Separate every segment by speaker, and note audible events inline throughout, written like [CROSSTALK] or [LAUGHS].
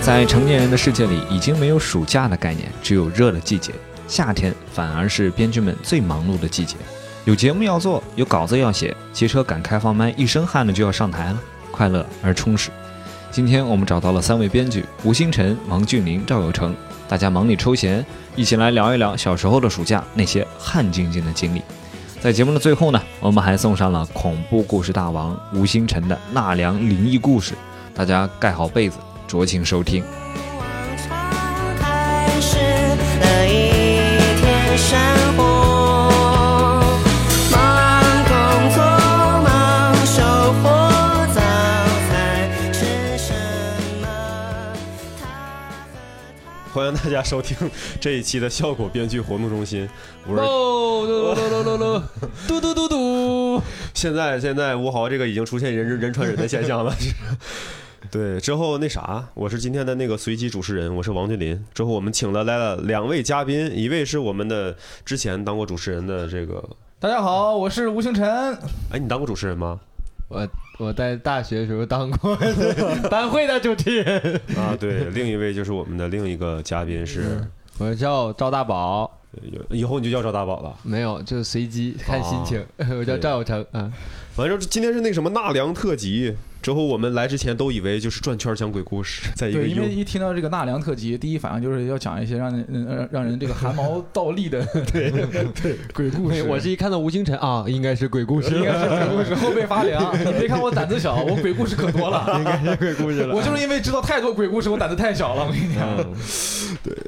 Speaker 1: 在成年人的世界里，已经没有暑假的概念，只有热的季节。夏天反而是编剧们最忙碌的季节，有节目要做，有稿子要写，骑车赶开放麦，一身汗的就要上台了，快乐而充实。今天我们找到了三位编剧吴星辰、王俊霖、赵有成，大家忙里抽闲，一起来聊一聊小时候的暑假那些汗津津的经历。在节目的最后呢，我们还送上了恐怖故事大王吴星辰的纳凉灵异故事，大家盖好被子，酌情收听。
Speaker 2: 往常开始的一天生活，忙工作，忙收获，早餐吃什么？他和他。
Speaker 3: 欢迎大家收听这一期的效果编剧活动中心。我是
Speaker 4: 喽喽喽喽喽，嘟嘟嘟嘟，
Speaker 3: 现在现在吴豪这个已经出现人人传人的现象了。对，之后那啥，我是今天的那个随机主持人，我是王俊林。之后我们请了来了两位嘉宾，一位是我们的之前当过主持人的这个，
Speaker 4: 大家好，我是吴星辰。
Speaker 3: 哎，你当过主持人吗？
Speaker 4: 我我在大学时候当过班会的主持人，
Speaker 3: 啊，对，另一位就是我们的另一个嘉宾是，
Speaker 4: 我叫赵大宝，
Speaker 3: 以后你就叫赵大宝了。
Speaker 4: 没有，就随机看心情。 [LAUGHS] 我叫
Speaker 3: 对
Speaker 4: 赵有成，嗯，
Speaker 3: 完之后，今天是那个什么纳凉特辑。之后我们来之前都以为就是转圈讲鬼故事， [LAUGHS] 在一个
Speaker 5: 对，因
Speaker 3: 幽
Speaker 5: 为一听到这个纳凉特辑，第一反应就是要讲一些让人让让人这个汗毛倒立的对对鬼故
Speaker 4: 没
Speaker 5: 事。
Speaker 4: 有，我是一看到吴星辰啊，应该是鬼故
Speaker 5: 应该
Speaker 4: [LAUGHS] 事，
Speaker 5: 是鬼故事后背发凉。你别看我胆子小，我鬼故事可多了。
Speaker 4: [LAUGHS]
Speaker 5: 应该是鬼故事了。我就是因为知道太多鬼故事，我胆子太小了。我跟你讲，
Speaker 3: 嗯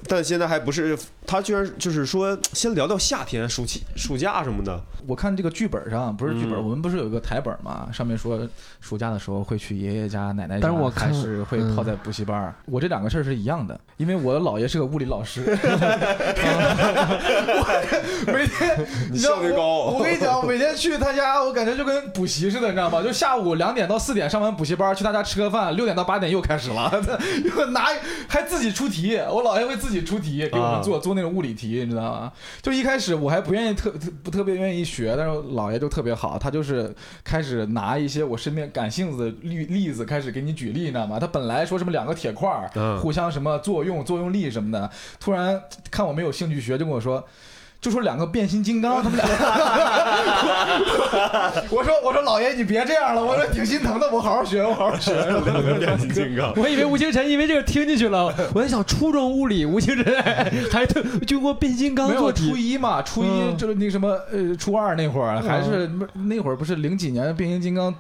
Speaker 3: 但现在还不是，他居然就是说，先聊聊夏天、暑期、暑假什么 [LAUGHS] 的。
Speaker 5: 我看这个剧本上不是剧本，
Speaker 3: 嗯
Speaker 5: 我们不是有一个台本嘛？上面说暑假的时候会去爷爷家、奶奶家，
Speaker 4: 但是我看
Speaker 5: 还是会泡在补习班儿。我这两个事儿是一样的，因为我姥爷是个物理老师，我每天
Speaker 3: 你
Speaker 5: 你知道
Speaker 3: 效率
Speaker 5: 我
Speaker 3: 高
Speaker 5: 我跟你讲，我每天去他家，我感觉就跟补习似的，你知道吗？就下午两点到四点上完补习班，去他家吃个饭，六点到八点又开始了，又 [LAUGHS] 拿还自己出题，我姥爷会自己出题给我
Speaker 3: 啊
Speaker 5: 们做、做那种物理题，你知道吗？就一开始我还不愿意特特不特别愿意学，但是我姥爷就特别好，他就是开始拿一些我身边感兴趣的例例子开始给你举例，你知道吗？他本来说什么两个铁块儿、
Speaker 3: 嗯
Speaker 5: 互相什么作用、作用力什么的，突然看我没有兴趣学，就跟我说。就说两个变形金刚，
Speaker 3: [LAUGHS]
Speaker 5: 他们俩。 [LAUGHS] 我说我说老爷你别这样了，我说挺心疼的，我好好学，我好好学。
Speaker 3: 变形金刚，
Speaker 4: [LAUGHS] 我以为吴星辰因为这个听进去 [LAUGHS] 了，我在想初中物理吴星 [LAUGHS] 辰还特就给我变形金刚
Speaker 5: 没有
Speaker 4: 做
Speaker 5: 初
Speaker 4: 题，
Speaker 5: 一嘛，初一
Speaker 4: 嗯
Speaker 5: 就是那什么呃，初二那会儿还是
Speaker 3: 嗯
Speaker 5: 那会儿不是零几年变形金刚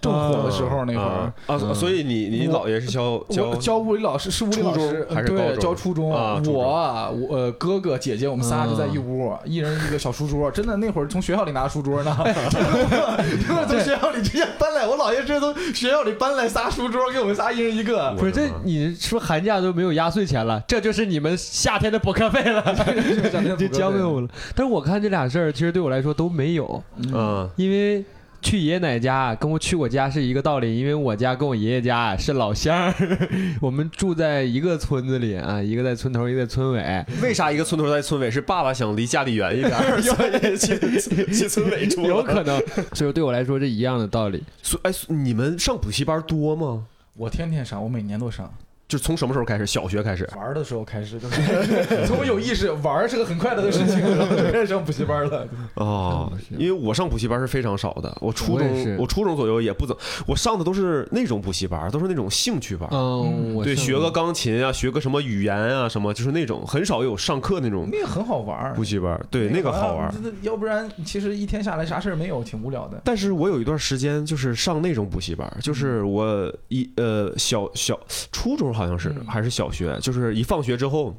Speaker 5: 正火的时候那会儿
Speaker 3: 啊。
Speaker 5: 嗯
Speaker 3: 啊，所所以你你姥爷是教
Speaker 5: 我
Speaker 3: 教
Speaker 5: 教物理老师是物理老
Speaker 3: 初
Speaker 5: 师
Speaker 3: 中还，是高
Speaker 5: 对，
Speaker 3: 中
Speaker 5: 教初中。
Speaker 3: 啊初中嗯
Speaker 5: 我啊我呃哥哥姐姐我们仨就在一屋，一人一个小书桌。真的那会儿从学校里拿书桌
Speaker 3: [LAUGHS]
Speaker 5: 呢，真的从学校里直接搬来。我姥爷这从学校里搬来仨书桌给我们仨一人一个。
Speaker 4: 不是这你是不是寒假都没有压岁钱了？这就是你们夏天的 [LAUGHS] 补课费了。
Speaker 5: [LAUGHS]
Speaker 4: 就交给我了。但是我看这俩事儿，其实对我来说都没有，
Speaker 3: 嗯
Speaker 4: 因为去爷爷奶奶家跟我去我家是一个道理，因为我家跟我爷爷家是老乡儿， [LAUGHS] 我们住在一个村子里啊，一个在村头，一个在村尾。
Speaker 3: 为啥一个村头在村尾是爸爸想离家里远一 [LAUGHS] 点，所以去去村尾住？
Speaker 4: 有可能，所以对我来说是一样的道理。
Speaker 3: 所哎，你们上补习班多吗？
Speaker 5: 我天天上，我每年都上。
Speaker 3: 就从什么时候开始？小学开始？
Speaker 5: 玩儿的时候开始，就是
Speaker 3: [LAUGHS]
Speaker 5: 从我有意识玩儿是个很快乐的事情，然后就开始上补习班了。
Speaker 3: 哦，因为我上补习班是非常少的，我初
Speaker 4: 我也是
Speaker 3: 中我初中左右也不怎，我上的都是那种补习班，都是那种兴趣班。
Speaker 4: 嗯，我
Speaker 3: 对，
Speaker 4: 上
Speaker 3: 学
Speaker 4: [LAUGHS]
Speaker 3: 个钢琴啊，学个什么语言啊，什么就是那种很少有上课那种
Speaker 5: 那个很好玩儿
Speaker 3: 补，习班，对那个好玩。。
Speaker 5: 那要不然其实一天下来啥事儿没有，挺无聊的。
Speaker 3: 但是我有一段时间就是上那种补习班，就是我一呃小小初中好像是
Speaker 5: 嗯
Speaker 3: 还是小学，就是一放学之后，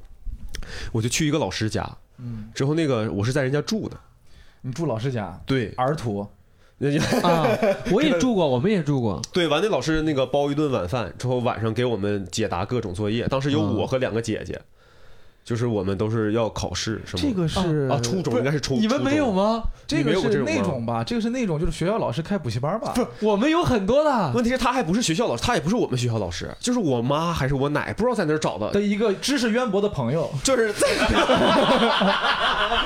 Speaker 3: 我就去一个老师家，
Speaker 5: 嗯，
Speaker 3: 之后那个我是在人家住的，
Speaker 5: 你住老师家，
Speaker 3: 对，
Speaker 5: 儿徒，
Speaker 3: 人家
Speaker 4: 啊，我也住过，我们也住过。
Speaker 3: 对完那老师那个包一顿晚饭之后，晚上给我们解答各种作业，当时有
Speaker 4: 嗯
Speaker 3: 我和两个姐姐，就是我们都是要考试， [LAUGHS] 是吗？
Speaker 5: 这个是
Speaker 4: 哦
Speaker 3: 啊，初中应该是初，
Speaker 4: 你们
Speaker 3: 初
Speaker 4: 没有
Speaker 3: 中？
Speaker 4: 吗？
Speaker 5: 这
Speaker 3: 你没
Speaker 5: 个
Speaker 3: 有过
Speaker 5: 是
Speaker 3: 这种
Speaker 5: 那
Speaker 3: 吗
Speaker 5: 种吧，这个是那种就是学校老师开补习班吧？
Speaker 4: 我们有很多的，
Speaker 3: [LAUGHS] 问题是，他还不是学校老师，他也不是我们学校老师，就是我妈还是我奶，不知道在哪儿找的，
Speaker 5: 的一个知识渊博的朋 [LAUGHS] 友，
Speaker 3: 就是在
Speaker 5: 妈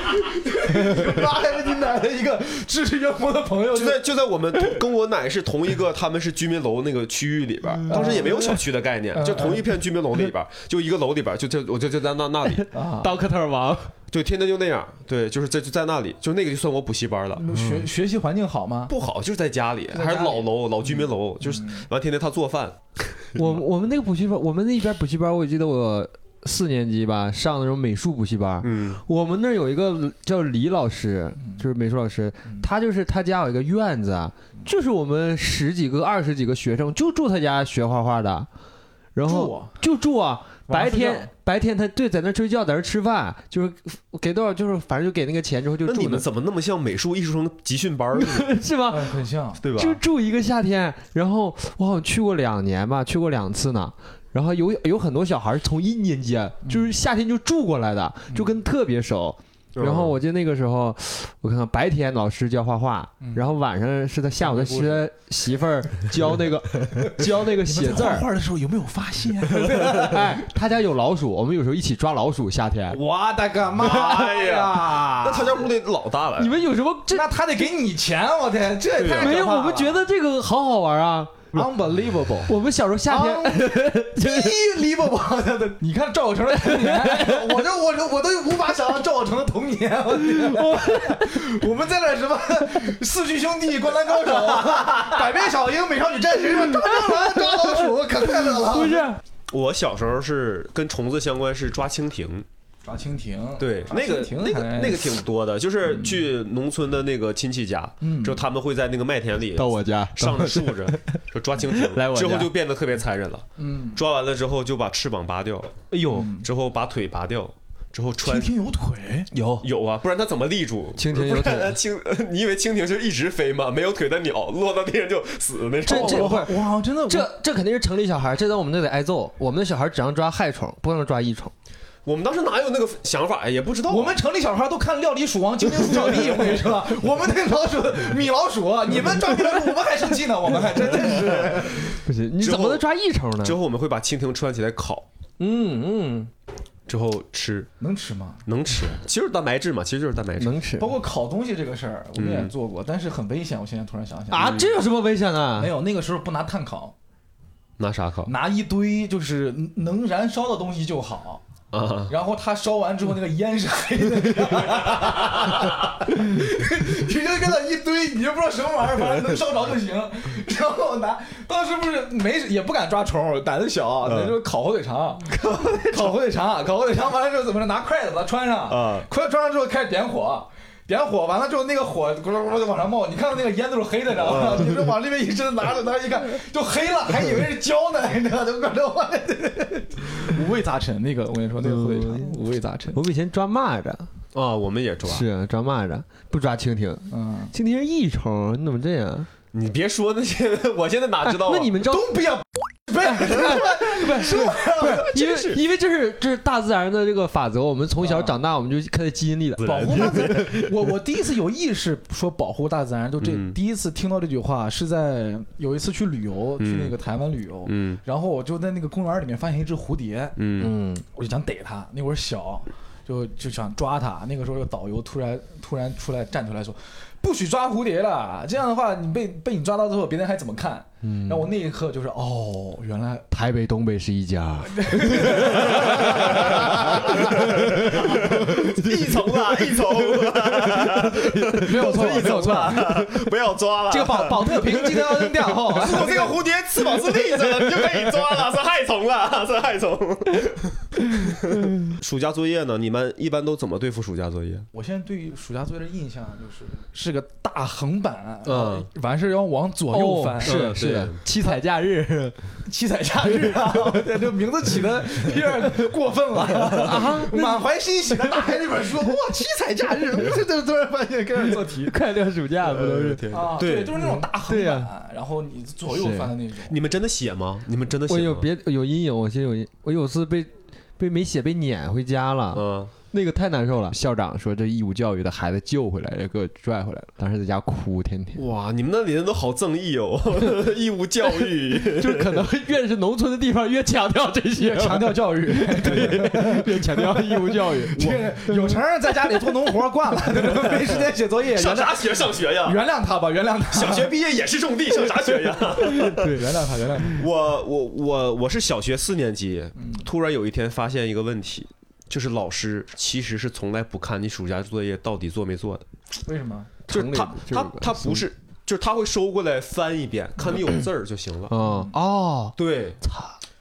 Speaker 5: 还哎是你奶的一个知识渊博的朋友，
Speaker 3: 就在就在我们同跟我奶是同一个，他们是居民楼那个区域里边儿，
Speaker 4: 嗯
Speaker 3: 当时也没有小区的概念，
Speaker 5: 嗯
Speaker 3: 就同一片居民楼里边儿，就一个楼里边儿，就就我就就在那那里，
Speaker 4: 嗯
Speaker 5: 啊，
Speaker 4: Doctor 王，
Speaker 3: 对，天天就那样，对，就是在就在那里，就那个就算我补习班了。
Speaker 5: 学学习环境好吗？
Speaker 3: 嗯不好，就是在家里，
Speaker 5: 在
Speaker 3: 还是
Speaker 5: 家里
Speaker 3: 老楼老居民
Speaker 4: 嗯
Speaker 3: 楼，就是
Speaker 5: 嗯
Speaker 3: 完天天他做饭，
Speaker 4: 我我们那个补习班，我们那边补习班，我记得我四年级吧上那种美术补习班，
Speaker 3: 嗯，
Speaker 4: 我们那儿有一个叫李老师，
Speaker 5: 嗯
Speaker 4: 就是美术老师，他就是他家有一个院子，啊
Speaker 5: 嗯
Speaker 4: 就是我们十几个、二十几个学生就住他家学画画的，然
Speaker 5: 住
Speaker 4: 后
Speaker 5: 啊
Speaker 4: 就住啊，
Speaker 5: 晚上
Speaker 4: 白
Speaker 5: 睡
Speaker 4: 天白天他对在那儿睡觉，在那儿吃饭，就是给多少就是反正就给那个钱之后就
Speaker 3: 那
Speaker 4: 住
Speaker 3: 你
Speaker 4: 那
Speaker 3: 们怎么那么像美术艺术生集训班儿
Speaker 4: [LAUGHS]
Speaker 3: 呢，
Speaker 4: 儿是吧？
Speaker 5: 嗯，很像。
Speaker 3: 对吧？
Speaker 4: 就住一个夏天，然后我好像去过两年吧，去过两次呢。然后有有很多小孩儿从一年级啊就是夏天就住过来的，就跟特别熟。
Speaker 3: 嗯
Speaker 4: 然后我记得那个时候，我看看白天老师教画画，
Speaker 5: 嗯
Speaker 4: 然后晚上是他下午他学媳妇儿教那个教那个写
Speaker 5: [LAUGHS]
Speaker 4: 字儿。
Speaker 5: 画的时候有没有发现？
Speaker 4: 哎，他家有老鼠，我们有时候一起抓老鼠。夏天，
Speaker 5: [LAUGHS] 我的个妈
Speaker 3: 哎
Speaker 4: 啊
Speaker 5: 呀！
Speaker 3: 啊那他家屋里老大了
Speaker 4: 你，们有什么这
Speaker 5: 那他得给你钱，我天，这也太
Speaker 4: 没有？我们觉
Speaker 5: 得
Speaker 4: 得这个好好玩啊！ [LAUGHS]
Speaker 5: unbelievable。
Speaker 4: 我们小时候夏天， [LAUGHS]
Speaker 5: unbelievable！你 [LAUGHS] 看赵小成的童年，我这我这我都无法想象赵小成的童年。我天 [LAUGHS] 我们在那什么四驱兄弟、灌篮高手、啊百变小樱、美少女战士，什么抓蟑螂、抓老鼠，可快乐了。
Speaker 4: 不是
Speaker 3: 我小时候是跟虫子相关，是抓蜻蜓，
Speaker 5: 抓蜻蜓，
Speaker 4: 啊
Speaker 3: 对，
Speaker 5: 抓
Speaker 3: 那个
Speaker 5: 蜻蜓
Speaker 3: 那个
Speaker 5: 还
Speaker 3: 那个挺多的，
Speaker 4: 嗯
Speaker 3: 就是去农村的那个亲戚家，
Speaker 5: 嗯
Speaker 3: 就他们会在那个麦田里
Speaker 4: 到我家
Speaker 3: 上着竖着，
Speaker 4: [LAUGHS]
Speaker 3: 就抓蜻蜓，
Speaker 4: 来我家
Speaker 3: 之后就变得特别残忍了。
Speaker 5: 嗯，
Speaker 3: 抓完了之后就把翅膀拔掉，
Speaker 4: 哎呦，
Speaker 3: 之后把腿拔掉，之后穿
Speaker 5: 蜻蜓有腿，
Speaker 4: 有
Speaker 3: 有啊，不然它怎么立住？
Speaker 4: 蜻蜓有腿
Speaker 3: 不然蜻， [LAUGHS] 你以为蜻蜓就一直飞吗？没有腿的鸟 [LAUGHS] 落到地上就死那
Speaker 4: 这
Speaker 3: 种。
Speaker 4: 这
Speaker 5: 我好我好像真的
Speaker 4: 这这肯定是城里小孩，这在我们那得挨揍。我们的小孩只让抓害虫，不能抓益虫。
Speaker 3: 我们当时哪有那个想法呀？也不知道啊。
Speaker 5: 我们城里小孩都看《料理鼠王》《精灵鼠小弟》，我跟你说，我们那老鼠米老鼠，你们抓米老鼠，我们还生气呢，我们还真的是。
Speaker 4: 不行，你
Speaker 3: 之后
Speaker 4: 怎么能抓益虫呢
Speaker 3: 之？后我们会把蜻蜓穿起来烤，
Speaker 4: 嗯
Speaker 3: 之后吃，
Speaker 5: 能吃吗？
Speaker 3: 能吃，其实就是蛋白质嘛，其实就是蛋白
Speaker 4: 嗯，
Speaker 3: 质。
Speaker 4: 能吃
Speaker 5: 包括烤东西这个事儿，我们也做过，但是很危险。我现在突然想起来，
Speaker 4: 啊？这有什么危险呢
Speaker 5: 没？有那个时候不拿碳烤，
Speaker 3: 拿啥烤
Speaker 5: 拿一堆就是能燃烧的东西就好。
Speaker 3: 啊？
Speaker 5: 然后它烧完之后，那个烟 [LAUGHS] 是黑的，你知道吗你就跟那一堆，你就不知道什么玩意儿，反正能烧着就行。然后拿，当时不是没也不敢抓虫，胆子小，那就烤火腿肠，烤火腿肠，烤火腿肠完了之后怎么着？拿筷子把它穿上，
Speaker 3: 啊
Speaker 5: 筷子穿上之后开始点火。点火完了之后，那个火咕噜咕噜就往上冒，你看到那个烟都是黑的，知道吗？你就往这边一伸，拿着拿着一看，就黑了，还以为是胶 [LAUGHS] 呢，你知道吗？就嗯各种五味杂陈。那个我跟你说，那个火腿肠五味杂陈。
Speaker 4: 我们以前抓蚂蚱，
Speaker 3: 啊，我们也抓。
Speaker 4: 是抓蚂蚱，不抓蜻蜓。
Speaker 5: 嗯，
Speaker 4: 蜻蜓是益虫，你怎么这样？
Speaker 3: 你别说那些， [LAUGHS] 我现在哪知道啊？
Speaker 4: 那你们招
Speaker 5: 东北啊，不是
Speaker 4: 因为因为这是这是大自然的这个法则，我们从小长大我们就刻在基因里的。
Speaker 5: 保护大自然。 [LAUGHS] 我我第一次有意识说保护大自然，就这
Speaker 3: 嗯
Speaker 5: 第一次听到这句话是在有一次去旅游，去那
Speaker 3: 嗯
Speaker 5: 个台湾旅游，
Speaker 3: 嗯
Speaker 5: 然后我就在那个公园里面发现一只蝴蝶，
Speaker 3: 嗯
Speaker 4: 嗯，
Speaker 5: 我就想逮它，那会儿小，就就想抓它。那个时候，有导游突然突然出来站出来说：“不许抓蝴蝶了，这样的话，你被被你抓到之后，别人还怎么看？”嗯，然后我那一刻就是，哦，原来
Speaker 4: 台北东北是一家，
Speaker 3: [LAUGHS] 一丛啊，一丛，
Speaker 5: 没有错，没有错。
Speaker 3: [LAUGHS] 不要抓了。
Speaker 5: 这个保保特瓶今天要扔掉后，
Speaker 3: 如果这个蝴蝶翅膀是立着的，你就可以抓了，是害虫了，是害虫。暑假作业呢？你们一般都怎么对付暑假作业？
Speaker 5: [LAUGHS] 我现在对于暑假作业的印象就是是个大横板，
Speaker 3: 嗯，
Speaker 5: 完事儿要往左右翻，
Speaker 4: 哦是
Speaker 3: 嗯对
Speaker 4: 是七彩假日
Speaker 5: [LAUGHS] 七彩假日啊！ [LAUGHS] 我天，这名字起的 [LAUGHS] 有点过分了啊！满怀欣喜的打开这本书，哇，七彩假
Speaker 4: [LAUGHS]
Speaker 5: 日！这这突然发现开始做题
Speaker 4: 快乐暑呃假不都是？
Speaker 5: 啊，
Speaker 3: 对
Speaker 5: 就是那种大横
Speaker 4: 对
Speaker 5: 板
Speaker 4: 呀，
Speaker 5: 然后你左右翻的那种。
Speaker 3: 你们真的写吗？你们真的写
Speaker 4: 我
Speaker 5: 啊
Speaker 3: 吗？
Speaker 4: 有别有阴影，我现在有阴，我有次被被没写被撵回家了，
Speaker 3: 嗯，
Speaker 4: 那个太难受了。校长说这义务教育的孩子救回来了，给我拽回来了，当时在家哭，天天。
Speaker 3: 哇，你们那里人都好正义哦， [LAUGHS] 义务教育，
Speaker 4: [LAUGHS] 就是可能越是农村的地方，越强调这些，
Speaker 5: 强调教
Speaker 4: [LAUGHS]
Speaker 5: 育，
Speaker 4: 越强调义务
Speaker 5: [LAUGHS]
Speaker 4: 教育。
Speaker 5: 这个有成儿在家里做农活
Speaker 3: [LAUGHS]
Speaker 5: 儿惯了， [LAUGHS] 没时间写作业，
Speaker 3: 上
Speaker 5: 原谅
Speaker 3: 啥学上学
Speaker 4: [LAUGHS]
Speaker 3: 呀？
Speaker 5: 原谅他吧，原谅他，
Speaker 3: 小学毕业也是种地，上啥学呀？
Speaker 4: [LAUGHS]
Speaker 5: 对，原谅他，原谅他。
Speaker 3: 我我我我是小学四年级，
Speaker 4: 嗯
Speaker 3: 突然有一天发现一个问题，就是老师其实是从来不看你暑假作业到底做没做的，
Speaker 5: 为什么？
Speaker 3: 就是他
Speaker 4: 就是
Speaker 3: 他他不是，就是他会收过来翻一遍，看你有字儿就行了。
Speaker 4: 嗯哦，
Speaker 5: 嗯
Speaker 3: 对，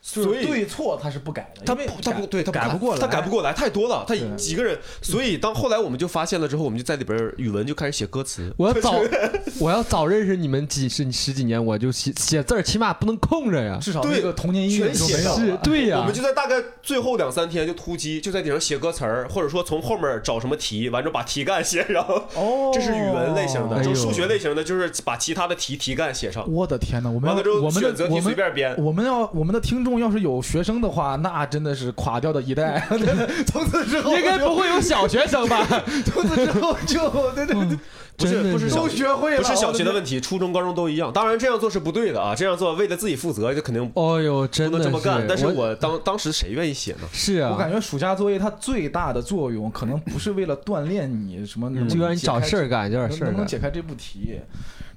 Speaker 5: 就
Speaker 3: 所
Speaker 5: 是
Speaker 3: 以
Speaker 5: 对错他是不改的，
Speaker 3: 他
Speaker 5: 因为
Speaker 3: 不，他不
Speaker 5: 改
Speaker 3: 对，他
Speaker 5: 改
Speaker 3: 看
Speaker 5: 不过来，
Speaker 3: 他改不过来，太多了，他
Speaker 5: 对
Speaker 3: 几个人，所以当后来我们就发现了之后，我们就在里边儿语文就开始写歌词。
Speaker 4: 我要早，我要早认识你们几十十几年，我就写写字儿，起码不能空着呀。
Speaker 5: 至少
Speaker 3: 对
Speaker 5: 那个童年阴影
Speaker 3: 全
Speaker 5: 就
Speaker 3: 写
Speaker 5: 没有
Speaker 3: 上
Speaker 5: 了
Speaker 4: 是，对呀
Speaker 5: 啊
Speaker 3: 我们。就在大概最后两三天就突击，就在顶上写歌词儿，或者说从后面找什么题，完之后把题干写上。
Speaker 5: 哦，
Speaker 3: 这是语文类型的，
Speaker 4: 哎
Speaker 3: 就
Speaker 4: 呦
Speaker 3: 数学类型的，就是把其他的题题干写上。
Speaker 5: 我的天哪，我们
Speaker 3: 完了之
Speaker 5: 要
Speaker 3: 后
Speaker 5: 我们
Speaker 3: 选择
Speaker 5: 的
Speaker 3: 题
Speaker 5: 我
Speaker 3: 随
Speaker 5: 们
Speaker 3: 便编
Speaker 5: 我们要我们的听众要是有学生的话，那真的是垮掉的
Speaker 3: [LAUGHS]
Speaker 5: 一代。 [LAUGHS] 从此之后
Speaker 4: 应该不会
Speaker 5: [LAUGHS]
Speaker 4: 有小学生吧？
Speaker 5: 就，从此之后就对对对，
Speaker 3: 不是
Speaker 4: 真的
Speaker 3: 不嗯是
Speaker 4: 是
Speaker 3: 小
Speaker 5: 都学会了。
Speaker 3: 不是小学的
Speaker 5: 题，
Speaker 3: 问题，初中、高中都一样。当然这样做是不对的啊，这样做为了自己负责，就肯定不
Speaker 4: 哦呦，真
Speaker 3: 能
Speaker 4: 的
Speaker 3: 这么干。但是
Speaker 4: 是
Speaker 3: 我当当时谁愿意写呢？
Speaker 4: 是
Speaker 5: 我感
Speaker 4: 啊，
Speaker 5: 觉暑假作业它最大的作用，可能不是为了锻炼你什
Speaker 3: 嗯
Speaker 5: 么，
Speaker 4: 就让你找事儿干，就让
Speaker 5: 能
Speaker 4: 你事
Speaker 5: 能
Speaker 4: 儿
Speaker 5: 不能
Speaker 4: 干。
Speaker 5: 解开这步题？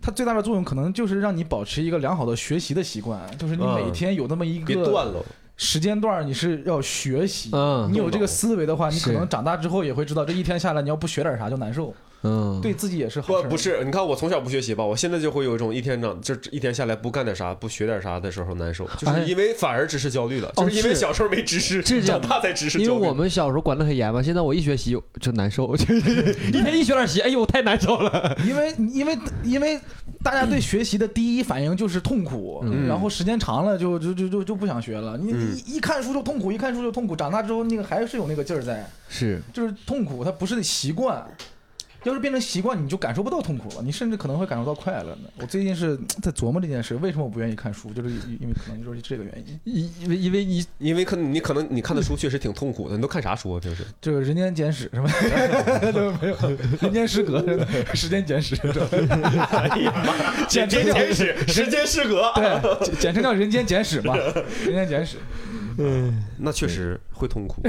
Speaker 5: 它最大的作用可能就是让你保持一个良好的学习的习惯，就是你每
Speaker 3: 嗯
Speaker 5: 天有那么一
Speaker 3: 别
Speaker 5: 个
Speaker 3: 断了，
Speaker 5: 时间段儿你是要学习。
Speaker 4: 嗯
Speaker 5: 你有这个思维的话，你
Speaker 4: 是
Speaker 5: 可能长大之后也会知道，这一天下来你要不学点啥就难受，
Speaker 4: 嗯，
Speaker 5: 对自己也是好
Speaker 3: 不
Speaker 5: 事儿。
Speaker 3: 不是，你看我从小不学习吧，我现在就会有一种一天长这一天下来不干点啥，不学点啥的时候难受，就是因为反而知识焦虑了，
Speaker 4: 哦
Speaker 3: 就是因为
Speaker 4: 是
Speaker 3: 小时候没知识，
Speaker 4: 这
Speaker 3: 长
Speaker 4: 叫
Speaker 3: 大才知识
Speaker 4: 因为
Speaker 3: 焦虑。
Speaker 4: 我们小时候管得很严嘛，现在我一学习就难受， [LAUGHS] 就是一天一学点习，哎呦，太难受了。
Speaker 5: 因为因为因为大家对学习的第一反应就是痛苦，
Speaker 3: 嗯
Speaker 5: 然后时间长了就就就就就不想学了。你
Speaker 4: 嗯
Speaker 5: 一一看书就痛苦，一看书就痛苦，长大之后那个还是有那个劲儿在，
Speaker 4: 是，
Speaker 5: 就是痛苦，它不是习惯。要是变成习惯，你就感受不到痛苦了，你甚至可能会感受到快乐呢。我最近是在琢磨这件事，为什么我不愿意看书，就是因因为可能就是这个原因。
Speaker 4: 因因为因为你
Speaker 3: 因为可能你可能你看的书确实挺痛苦的，你都看啥书啊？平时
Speaker 5: 这个《人间简史》什么 [LAUGHS] 都没有，《人间失格》真的《时间简史》
Speaker 3: 简
Speaker 5: 哎简
Speaker 3: 直
Speaker 5: 直
Speaker 3: 简史，时间失格。
Speaker 5: 对，简简称叫《人间简史》嘛，《人间简史》。
Speaker 3: [LAUGHS] 那确实会痛苦，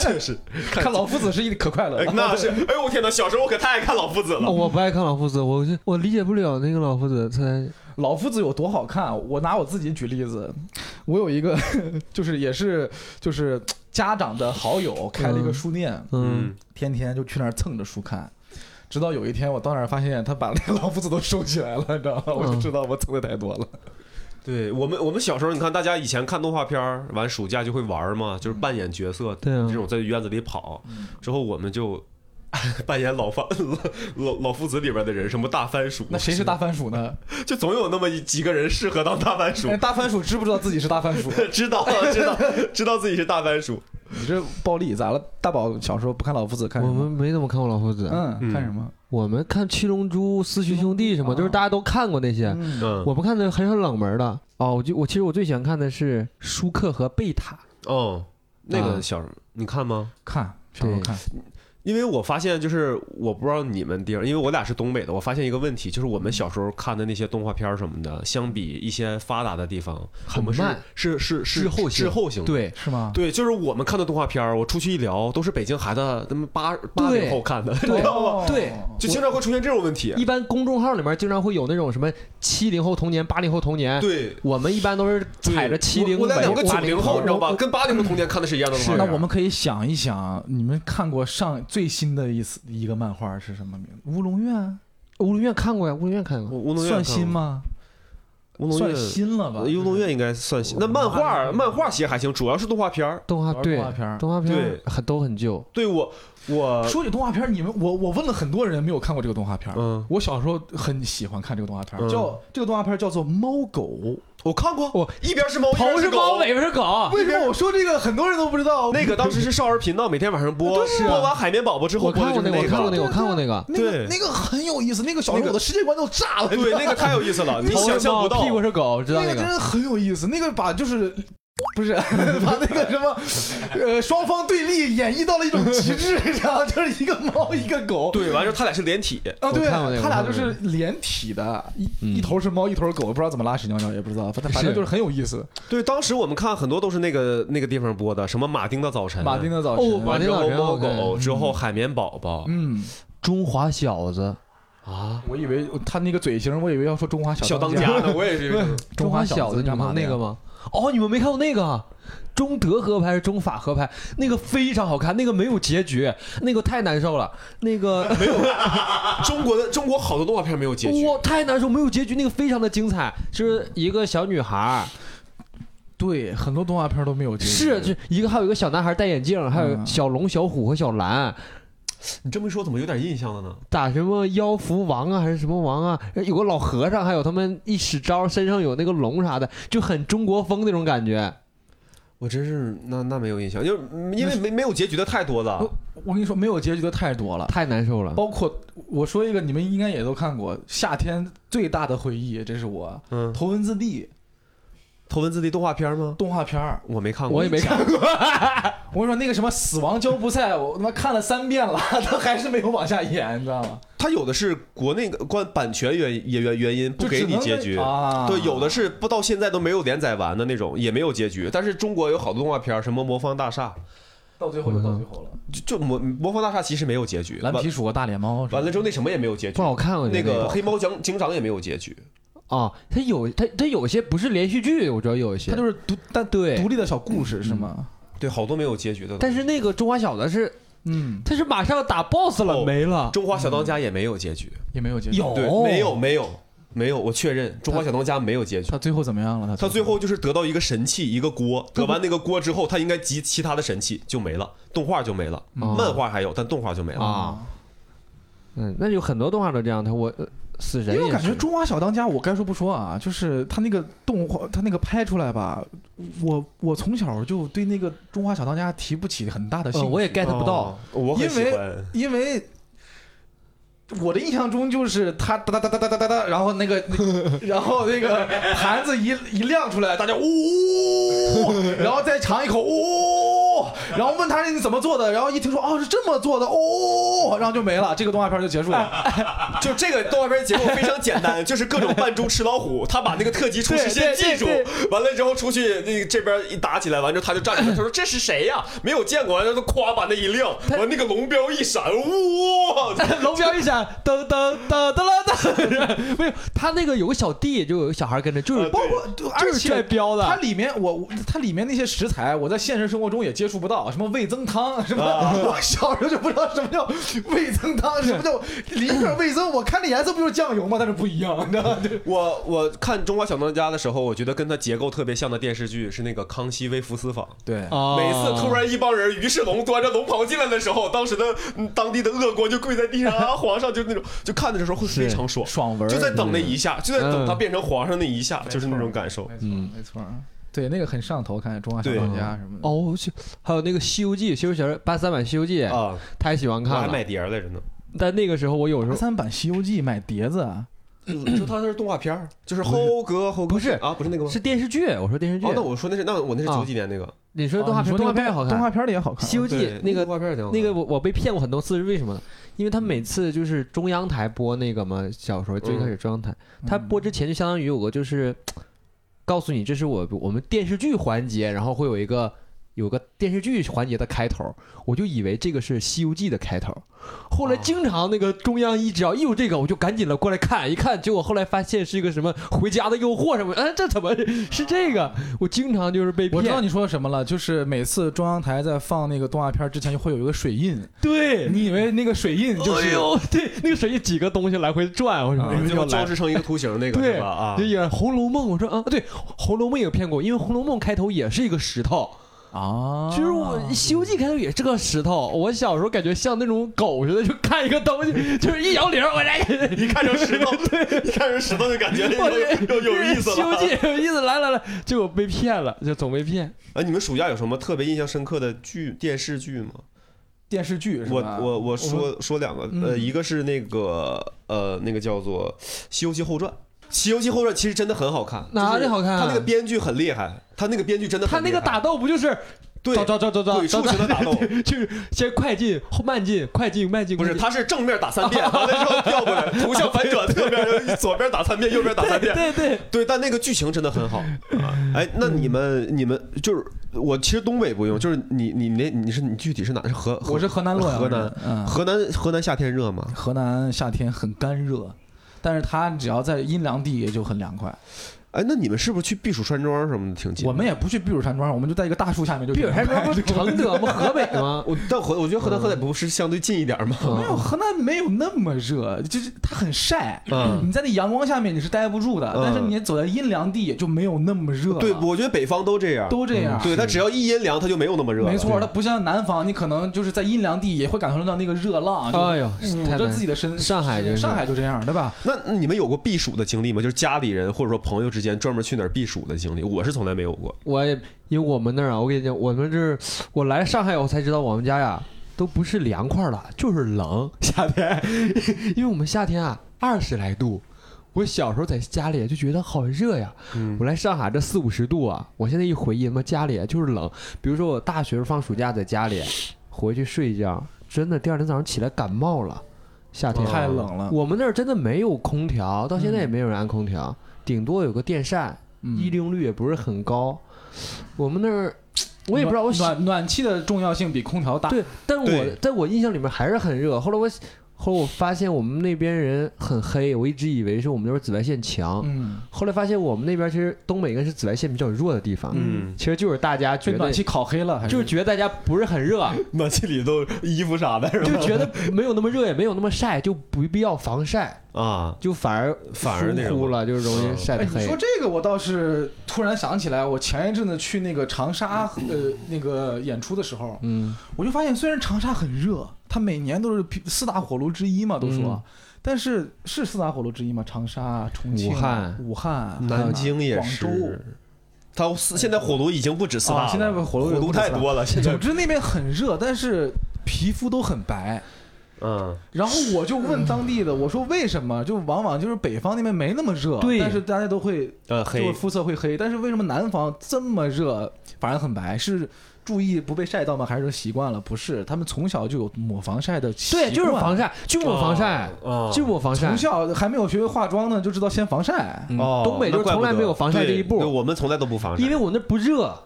Speaker 3: 确实。
Speaker 5: [LAUGHS] 看老夫子是一可快乐
Speaker 3: 哎
Speaker 5: 了，
Speaker 3: 那是，哎呦我天哪！小时候我可太爱看老夫子
Speaker 4: 哦
Speaker 3: 了。
Speaker 4: 我不爱看老夫子，我就我理解不了那个老夫子他嗯
Speaker 5: 老夫子有多好看？啊我拿我自己举例子，我有一个 [LAUGHS] 就是也是就是家长的好友开了一个书店，
Speaker 4: 嗯，
Speaker 5: 天天就去那儿蹭着书看。直到有一天，我到那儿发现他把那个老夫子都收起来了，你知道吗？我就知道我蹭的太多了。
Speaker 3: 对我们，我们小时候，你看大家以前看动画片儿，完暑假就会玩儿嘛，就是扮演角色，
Speaker 4: 对啊
Speaker 3: 这种在院子里跑。之后我们就 [LAUGHS] 扮演老番老老老夫子里边的人，什么大番薯，
Speaker 5: 那谁是大番薯呢？
Speaker 3: [LAUGHS] 就总有那么一几个人适合当大番薯
Speaker 5: [LAUGHS] 哎，。大番薯知不知道自己是大番薯？
Speaker 3: [LAUGHS] 知道知道知道自己是大番薯，
Speaker 5: [LAUGHS] 你这暴力咋了？大宝小时候不看老夫子，看什
Speaker 4: 我
Speaker 5: 么？
Speaker 4: 们没怎么看过老夫子，
Speaker 5: 嗯，看什么？
Speaker 4: 我们看《七龙珠》《四驱兄弟》什么，
Speaker 5: 啊
Speaker 4: 就是大家都看过那些。
Speaker 5: 嗯
Speaker 3: 嗯，
Speaker 4: 我不看的很少冷门的哦，我就我其实我最喜欢看的是舒克和贝塔，
Speaker 3: 哦，那
Speaker 4: 啊
Speaker 3: 个小时候你看吗？
Speaker 5: 看，小时候
Speaker 4: 对
Speaker 5: 看。
Speaker 3: 因为我发现，就是我不知道你们地儿，因为我俩是东北的，我发现一个问题，就是我们小时候看的那些动画片儿什么的，相比一些发达的地方，我
Speaker 4: 很
Speaker 3: 们是
Speaker 4: 慢
Speaker 3: 是是是
Speaker 4: 滞后型
Speaker 3: 滞后型的。
Speaker 4: 对，
Speaker 5: 是吗？
Speaker 3: 对，就是我们看的动画片儿，我出去一聊，都是北京孩子他们八八零后看的，
Speaker 4: 对
Speaker 5: 哦
Speaker 4: 对
Speaker 3: 就经常会出现这种问题。
Speaker 4: 一般公众号里面经常会有那种什么七零后童年、八零后童年，
Speaker 3: 对，
Speaker 4: 我们一般都是
Speaker 3: 对
Speaker 4: 踩着七零
Speaker 3: 我我俩两个九
Speaker 4: 八
Speaker 3: 零
Speaker 4: 零
Speaker 3: 后，
Speaker 4: 后
Speaker 3: 你知，道吧？跟八零后童年看的是一样的动画
Speaker 5: 那
Speaker 3: 片
Speaker 5: 我们可以想一想，你们看过上最新的一次一个漫画是什么名字？乌龙院
Speaker 4: 乌龙院看过呀，乌龙院看过。
Speaker 3: 乌龙院
Speaker 5: 算
Speaker 3: 看
Speaker 5: 新
Speaker 3: 过？
Speaker 5: 吗？
Speaker 3: 乌龙
Speaker 5: 算
Speaker 3: 院，
Speaker 5: 新了吧？
Speaker 3: 乌龙院应该算新。那漫画儿漫画儿其实还行，主要是动画片儿。
Speaker 4: 动画
Speaker 5: 玩
Speaker 4: 对
Speaker 5: 动画片儿
Speaker 4: 动画片儿
Speaker 3: 对
Speaker 4: 很都很旧，
Speaker 3: 对我我
Speaker 5: 说起动画片儿，你们我我问了很多人没有看过这个动画片儿。
Speaker 3: 嗯
Speaker 5: 我小时候很喜欢看这个动画片儿，
Speaker 3: 嗯
Speaker 5: 叫这个动画片儿叫做《猫狗》。
Speaker 3: 我看过，我一边是猫，一边
Speaker 4: 头是
Speaker 3: 狗
Speaker 4: 猫，尾巴是狗。
Speaker 5: 为什么我说这个很多人都不知道？
Speaker 3: 啊那个当时
Speaker 4: [LAUGHS]
Speaker 3: 是少儿频道每天晚上播，播完《海绵宝宝》之后
Speaker 4: 啊我
Speaker 3: 播
Speaker 4: 看
Speaker 3: 的就
Speaker 4: 过
Speaker 3: 是
Speaker 4: 那个，我看过那
Speaker 3: 个。
Speaker 4: 个，我看过那个。
Speaker 5: 那个
Speaker 3: 对
Speaker 5: 那个很有意思，那个小时
Speaker 3: 那
Speaker 5: 候
Speaker 3: 个
Speaker 5: 我的世界观都炸了。
Speaker 3: 哎
Speaker 4: [LAUGHS]
Speaker 3: 对，那个太有意思了，你
Speaker 4: 头
Speaker 3: 想
Speaker 4: 是
Speaker 3: 象
Speaker 4: 猫，
Speaker 3: 不到
Speaker 4: 屁。股是狗，知道
Speaker 5: 那个真的很有意思，那个把就是 [LAUGHS] 不是把那个什么， [LAUGHS] 呃，双方对立演绎到了一种极致， [LAUGHS] 你知道吗，就是一个猫一个狗。
Speaker 3: 对，完之后他俩是连体，
Speaker 5: 啊，
Speaker 4: 我
Speaker 5: 对，
Speaker 4: 看过那个
Speaker 5: 他俩
Speaker 4: 我看过
Speaker 5: 就是连体的，一一头是猫，一头是狗，不知道怎么拉屎尿尿，也不知道，反正反正
Speaker 4: 是
Speaker 5: 就是很有意思。
Speaker 3: 对，当时我们看很多都是那个那个地方播的，什么马丁的早晨，啊
Speaker 5: 马丁的早晨，
Speaker 4: 哦马
Speaker 3: 完
Speaker 4: 丁
Speaker 3: 之
Speaker 4: 早
Speaker 3: 后
Speaker 4: 晨
Speaker 3: 猫
Speaker 4: 我看
Speaker 3: 狗，之后海绵宝宝
Speaker 5: 嗯，
Speaker 4: 中华小子，
Speaker 3: 啊，
Speaker 5: 我以为呃他那个嘴型，我以为要说中华小
Speaker 3: 小当
Speaker 5: 家
Speaker 3: 家
Speaker 5: [LAUGHS]
Speaker 3: 呢，我也
Speaker 4: [LAUGHS]
Speaker 3: 是以为。
Speaker 4: 中华小子，你
Speaker 5: 干
Speaker 4: 们
Speaker 5: 嘛
Speaker 4: 看那个吗？哦，你们没看过那个？中德合拍还是中法合拍？那个非常好看，那个没有结局，那个太难受了，那个
Speaker 3: 中国的中国好多动画片没有结局，
Speaker 4: 哇太难受，没有结局，那个非常的精彩，就是一个小女孩儿，
Speaker 5: 对，很多动画片都没有结局。
Speaker 4: 是就一个还有一个小男孩戴眼镜，还有
Speaker 5: 嗯
Speaker 4: 小龙、小虎和小蓝，
Speaker 3: 你这么一说，怎么有点印象了呢？
Speaker 4: 打什么妖符王啊还是什么王啊，有个老和尚，还有他们一使招身上有那个龙啥的，就很中国风那种感觉。
Speaker 3: 我真是那那没有印象，就是嗯因为没没有结局的太多了
Speaker 5: 我。我跟你说，没有结局的太多了。
Speaker 4: 太难受了，
Speaker 3: 哦
Speaker 5: 包括我说一个，你们应该也都看过，夏天最大的回忆，这是我
Speaker 3: 嗯，
Speaker 5: 头文字 D
Speaker 3: 头文字 D 动画片吗？
Speaker 5: 动画片儿。
Speaker 3: 啊我没看过，
Speaker 4: 我也没看过。
Speaker 5: [LAUGHS] 我跟你说，那个什么死亡交不赛，我他妈看了三遍了， [LAUGHS] 他还是没有往下演，你知道吗？
Speaker 3: 它有的是国内关版权原也原原因不
Speaker 5: 就
Speaker 3: 给
Speaker 5: 只
Speaker 3: 你
Speaker 5: 能
Speaker 3: 结
Speaker 5: 在
Speaker 3: 局
Speaker 5: 啊
Speaker 3: 对，有的是不到现在都没有连载完的那种，也没有结局。但是中国有好多动画片儿，什么《魔方大厦
Speaker 5: 到最后就到最后了。》，
Speaker 3: 就就魔魔方大厦其实没有结局，
Speaker 5: 蓝
Speaker 3: 完
Speaker 5: 皮鼠和大脸猫是吧
Speaker 3: 完了之后那什么也没有结局
Speaker 4: 不，好看，我觉
Speaker 3: 那
Speaker 4: 得
Speaker 3: 个黑猫警警长也没有结局。
Speaker 4: 啊，它有它它有些不是连续剧，我知道有一些，
Speaker 5: 它就是独
Speaker 4: 但对
Speaker 5: 独，立的小故事是吗？
Speaker 3: 对，好多没有结局的。
Speaker 4: 但是那个中华小子是
Speaker 5: 嗯，
Speaker 4: 它是马上打 BOSS 了，
Speaker 3: 哦
Speaker 4: 没了，
Speaker 3: 中华小当家也没有结局，
Speaker 5: 也没有结局。
Speaker 4: 有
Speaker 3: 对，没有没有没有，我确认中华小当家没有结局。
Speaker 5: 他最后怎么样了？他
Speaker 3: 他最后就是得到一个神器，一个锅，得完那个锅之后，他应该集其他的神器就没了，动画就没了，
Speaker 4: 哦
Speaker 3: 漫画还有，但动画就没了。
Speaker 5: 哦
Speaker 4: 啊，嗯，那有很多动画都这样，它我呃死
Speaker 5: 因
Speaker 4: 神
Speaker 5: 为我
Speaker 4: 也
Speaker 5: 感觉
Speaker 4: 是
Speaker 5: 《中华小当家》，我该说不说啊，就是他那个动画，他那个拍出来吧，我我从小就对那个《中华小当家》提不起很大的兴
Speaker 4: 呃
Speaker 5: 趣，
Speaker 4: 我也 get 不到
Speaker 3: 哦，我很
Speaker 5: 因
Speaker 3: 喜
Speaker 5: 为
Speaker 3: 欢。
Speaker 5: 因为我的印象中就是他哒哒哒哒哒哒哒哒，然后那个， [LAUGHS] 然后那个盘子一一亮出来，大家呜， [LAUGHS] 然后再尝一口呜，然后问他你怎么做的，然后一听说哦是这么做的哦，然后就没了，这个动画片就结束了。
Speaker 3: 就这个动画片结构非常简
Speaker 5: [LAUGHS]
Speaker 3: 单，就是各种扮猪吃老虎。他把那个特级厨师先记住
Speaker 5: 对，
Speaker 3: 完了之后出去那个这边一打起来，完之后他就站起来，他说这是谁呀？没有见过，完啊了他咵把那一亮，完那个龙标一闪，哇！
Speaker 4: 龙标一闪，噔噔噔噔啦噔，没有，他那个有个小弟，就有个小孩跟着，就是
Speaker 3: 呃
Speaker 5: 包
Speaker 3: 对
Speaker 5: 括
Speaker 4: 就
Speaker 5: 而
Speaker 4: 是
Speaker 5: 且
Speaker 4: 拽标
Speaker 5: 它
Speaker 4: 的，
Speaker 5: 里面我我它里面那些食材，我在现实生活中也接触不到，什么味增汤，什么、 [LAUGHS] 我小时候就不知道什么叫味增汤，什么叫里面味增，我看这颜色不就是酱油吗？但是不一样，你知道吗？就是
Speaker 3: 我我看《中华小当家》的时候，我觉得跟他结构特别像的电视剧是那个《康熙微服私访》。
Speaker 5: 对
Speaker 4: 啊
Speaker 3: 每次突然一帮人于世龙端着龙袍进来的时候，当时的嗯当地的恶官就跪在 [LAUGHS] 地上啊，皇上就那种，就看的时候会非常爽，
Speaker 5: 爽文
Speaker 3: 就在等那一下，就在等他
Speaker 4: 嗯
Speaker 3: 变成皇上那一下，就是那种感受。
Speaker 5: 没错没错，对那个很上头，看《中华小当家》什么的。
Speaker 4: 哦，我去还有那个《西游记》，西游小八三版《西游记》，
Speaker 5: 哦
Speaker 3: 啊，
Speaker 4: 他也喜欢
Speaker 3: 我还
Speaker 4: 看了
Speaker 3: 买碟儿来着呢。
Speaker 4: 但那个时候我有时
Speaker 5: 十
Speaker 4: 候
Speaker 5: 三版《西游记》买碟子啊，
Speaker 3: 说他是动画片儿，就是猴哥猴哥
Speaker 4: 不是
Speaker 3: 啊，不是那个吗？
Speaker 4: 是电视剧，我说电视剧
Speaker 3: 哦，，那我说那是那我那是
Speaker 4: 啊
Speaker 3: 九几年那个
Speaker 4: 你说动画
Speaker 5: 哦
Speaker 4: 片，
Speaker 5: 你说那个
Speaker 4: 动画片也好看
Speaker 5: 动，画片儿里也好
Speaker 4: 《
Speaker 5: 看。
Speaker 4: 西游记
Speaker 3: 对》
Speaker 4: 那个
Speaker 3: 动画片儿挺好看
Speaker 4: 那个我我被骗过很多次，是为什么呢？因为他每次就是中央台播那个嘛，小时候最开
Speaker 5: 嗯
Speaker 4: 始中央台，他播之前就相当于有个就是，告诉你这是我我们电视剧环节，然后会有一个有个电视剧环节的开头，我就以为这个是《西游记》的开头。后
Speaker 5: 哦
Speaker 4: 来经常那个中央一只要一有这个，我就赶紧了过来看，一看结果后来发现是一个什么《回家的诱惑》什么，哎，这怎么是是这个？我经常就是被
Speaker 5: 我知道
Speaker 4: 骗，
Speaker 5: 你说什么了，就是每次中央台在放那个动画片儿之前，会有一个水印，
Speaker 4: 对。
Speaker 5: 你以为那个水印就是
Speaker 4: 哎呦， [LAUGHS] 对，那个手机几个东西来回转，我说
Speaker 5: 啊
Speaker 4: 哎呦
Speaker 3: 最
Speaker 4: 要
Speaker 3: 后
Speaker 4: 来
Speaker 3: 交织成一个图 [LAUGHS] 形那个
Speaker 4: 对
Speaker 3: 是吧？啊
Speaker 4: 就，演《红楼梦》，我说啊，对，《红楼梦》也骗过，因为《红楼梦》开头也是一个石头，
Speaker 5: 啊
Speaker 4: 其实我《西游记》开头也是个石头。我小时候感觉像那种狗似的，就看一个东西，就是一摇铃儿，我来，
Speaker 3: 一看成
Speaker 4: [LAUGHS]
Speaker 3: 石头，一看成石头就感觉
Speaker 4: 我
Speaker 3: [LAUGHS] 有有有意思了。
Speaker 4: [LAUGHS] 西游记》有意思，来来来，结果被骗了，就总被骗。
Speaker 3: 哎，你们暑假有什么特别印象深刻的剧、电视剧吗？
Speaker 5: 电视剧是
Speaker 3: 我
Speaker 5: 吧？
Speaker 3: 我我
Speaker 5: 们
Speaker 3: 说说两个，呃，
Speaker 5: 嗯
Speaker 3: 一个是那个呃那个叫做《西游记后传》，西游记后传》其实真的很好看，
Speaker 4: 哪
Speaker 3: 就是
Speaker 4: 里好看啊
Speaker 3: 他那个编剧很厉害，他那个编剧真的
Speaker 4: 他
Speaker 3: 很厉
Speaker 4: 那
Speaker 3: 害
Speaker 4: 个打斗不就是
Speaker 3: 对
Speaker 4: 找找找找找
Speaker 3: 鬼畜型的打斗，
Speaker 4: 就是先快进后慢进，快进慢进，
Speaker 3: 不是
Speaker 4: 快进
Speaker 3: 他是正面打三遍，完了之后调
Speaker 5: [LAUGHS]
Speaker 3: 过来，图像反转，侧面左边打三遍，右边打三遍，
Speaker 4: 对对，
Speaker 3: 对，但那个剧情真的很好。
Speaker 5: 嗯
Speaker 3: 啊哎，那你们你们就是我，其实东北不用，就是你你那你是你具体是哪？是河？河
Speaker 5: 我是河南洛阳
Speaker 3: 河
Speaker 5: 人
Speaker 3: 南，
Speaker 5: 嗯，
Speaker 3: 河南河南夏天热吗？
Speaker 5: 河南夏天很干热，但是它只要在阴凉地也就很凉快。
Speaker 3: 哎，那你们是不是去避暑山庄什么的挺近？
Speaker 5: 我们也不去避暑山庄，我们就在一个大树下面就
Speaker 4: 避暑山
Speaker 5: [LAUGHS]
Speaker 4: 庄不是承德吗？河
Speaker 5: 嗯
Speaker 4: 北吗？
Speaker 3: 我但河我觉得河南河北不是相对近一点吗？
Speaker 5: 没有，
Speaker 4: 嗯
Speaker 5: 河南没有那么热，就是它很晒。
Speaker 3: 嗯
Speaker 5: 你在那阳光下面你是待不住的，
Speaker 3: 嗯
Speaker 5: 但是你走在阴凉地也就没有那么热了。
Speaker 3: [LAUGHS] 对，我觉得北方都这样。
Speaker 5: 都这样。
Speaker 3: 对，它只要一阴凉，它就没有那么热了。
Speaker 5: 没错，它不像南方，你可能就是在阴凉地也会感受到那个热浪，
Speaker 4: 哎呦，
Speaker 3: 嗯
Speaker 5: 捂
Speaker 4: 太
Speaker 5: 着
Speaker 4: 难
Speaker 5: 自己的身。
Speaker 4: 上海就是
Speaker 5: 上海就这样，对吧？
Speaker 3: 那你们有过避暑的经历吗？就是家里人或者说朋友之间专门去哪儿避暑的经历？我是从来没有过。
Speaker 4: 我也因为我们那儿啊，我跟你讲，我们这儿我来上海我才知道，我们家呀都不是凉快了，就是冷， [LAUGHS] 夏天，因为我们夏天啊二十来度。我小时候在家里啊就觉得好热呀，
Speaker 3: 嗯
Speaker 4: 我来上海这四五十度啊，我现在一回忆妈家里啊就是冷。比如说我大学放暑假在家里啊回去睡一觉，真的第二天早上起来感冒了，夏
Speaker 3: 嗯
Speaker 4: 天
Speaker 5: 太冷了。
Speaker 4: 我们那儿真的没有空调，到现在也没有人安空调，顶多有个电扇，
Speaker 5: 嗯
Speaker 4: 依利用率也不是很高。我们那儿我也不知道我喜
Speaker 5: 暖暖气的重要性比空调大。
Speaker 4: 对，但我
Speaker 3: 对
Speaker 4: 在我印象里面还是很热。后来我后来我发现我们那边人很黑，我一直以为是我们那边紫外线强，
Speaker 5: 嗯，
Speaker 4: 后来发现我们那边其实东北应该是紫外线比较弱的地方，
Speaker 3: 嗯， [LAUGHS]
Speaker 4: 其实就是大家
Speaker 5: 被
Speaker 4: 觉得
Speaker 5: 暖气烤黑了，还
Speaker 4: 就是觉得大家不是很
Speaker 5: [LAUGHS]
Speaker 4: 热，
Speaker 3: 暖气里都衣服啥的，是
Speaker 4: 就觉得没有那么热，也没有那么晒，就不必要防晒，
Speaker 3: 啊，
Speaker 4: 就反而
Speaker 3: 反而那
Speaker 4: 疏
Speaker 3: 种嗯
Speaker 4: 忽了，就容易晒
Speaker 5: 哎，
Speaker 4: 得
Speaker 5: 你
Speaker 4: 黑
Speaker 5: 说。这个，我倒是突然想起来，我前一阵子去那个长沙呃那个演出的时候，
Speaker 4: 嗯，
Speaker 5: 我就发现，虽然长沙很热，它每年都是四大火炉之一嘛，都说，
Speaker 4: 嗯
Speaker 5: 但是是四大火炉之一吗？长沙、重庆、
Speaker 4: 武汉
Speaker 5: 武汉、
Speaker 3: 南京也
Speaker 5: 广州
Speaker 3: 是。它四现在火炉已经不止四大
Speaker 5: 啊
Speaker 3: 了，
Speaker 5: 现在火炉
Speaker 3: 火炉太多了，现在
Speaker 5: 总之那边很热，但是皮肤都很白。
Speaker 3: 嗯，
Speaker 5: 然后我就问当地的，我说为什么？就往往就是北方那边没那么热，
Speaker 4: 对
Speaker 5: 但是大家都会
Speaker 3: 呃，
Speaker 5: 就
Speaker 3: 黑
Speaker 5: 是肤色会黑，但是为什么南方这么热反而很白？是注意不被晒到吗？还是习惯了？不是，他们从小就有抹防晒的习惯，
Speaker 4: 对，就是防晒，就抹防晒，
Speaker 3: 啊，
Speaker 4: 就抹防晒
Speaker 5: 从。小还没有学会化妆呢，就知道先防晒。
Speaker 4: 嗯
Speaker 3: 哦，
Speaker 4: 东北就是从来没有防晒这
Speaker 3: 那
Speaker 4: 一
Speaker 3: 怪不得对对
Speaker 4: 步，
Speaker 3: 我们从来都不防晒，
Speaker 4: 因为我们那不热，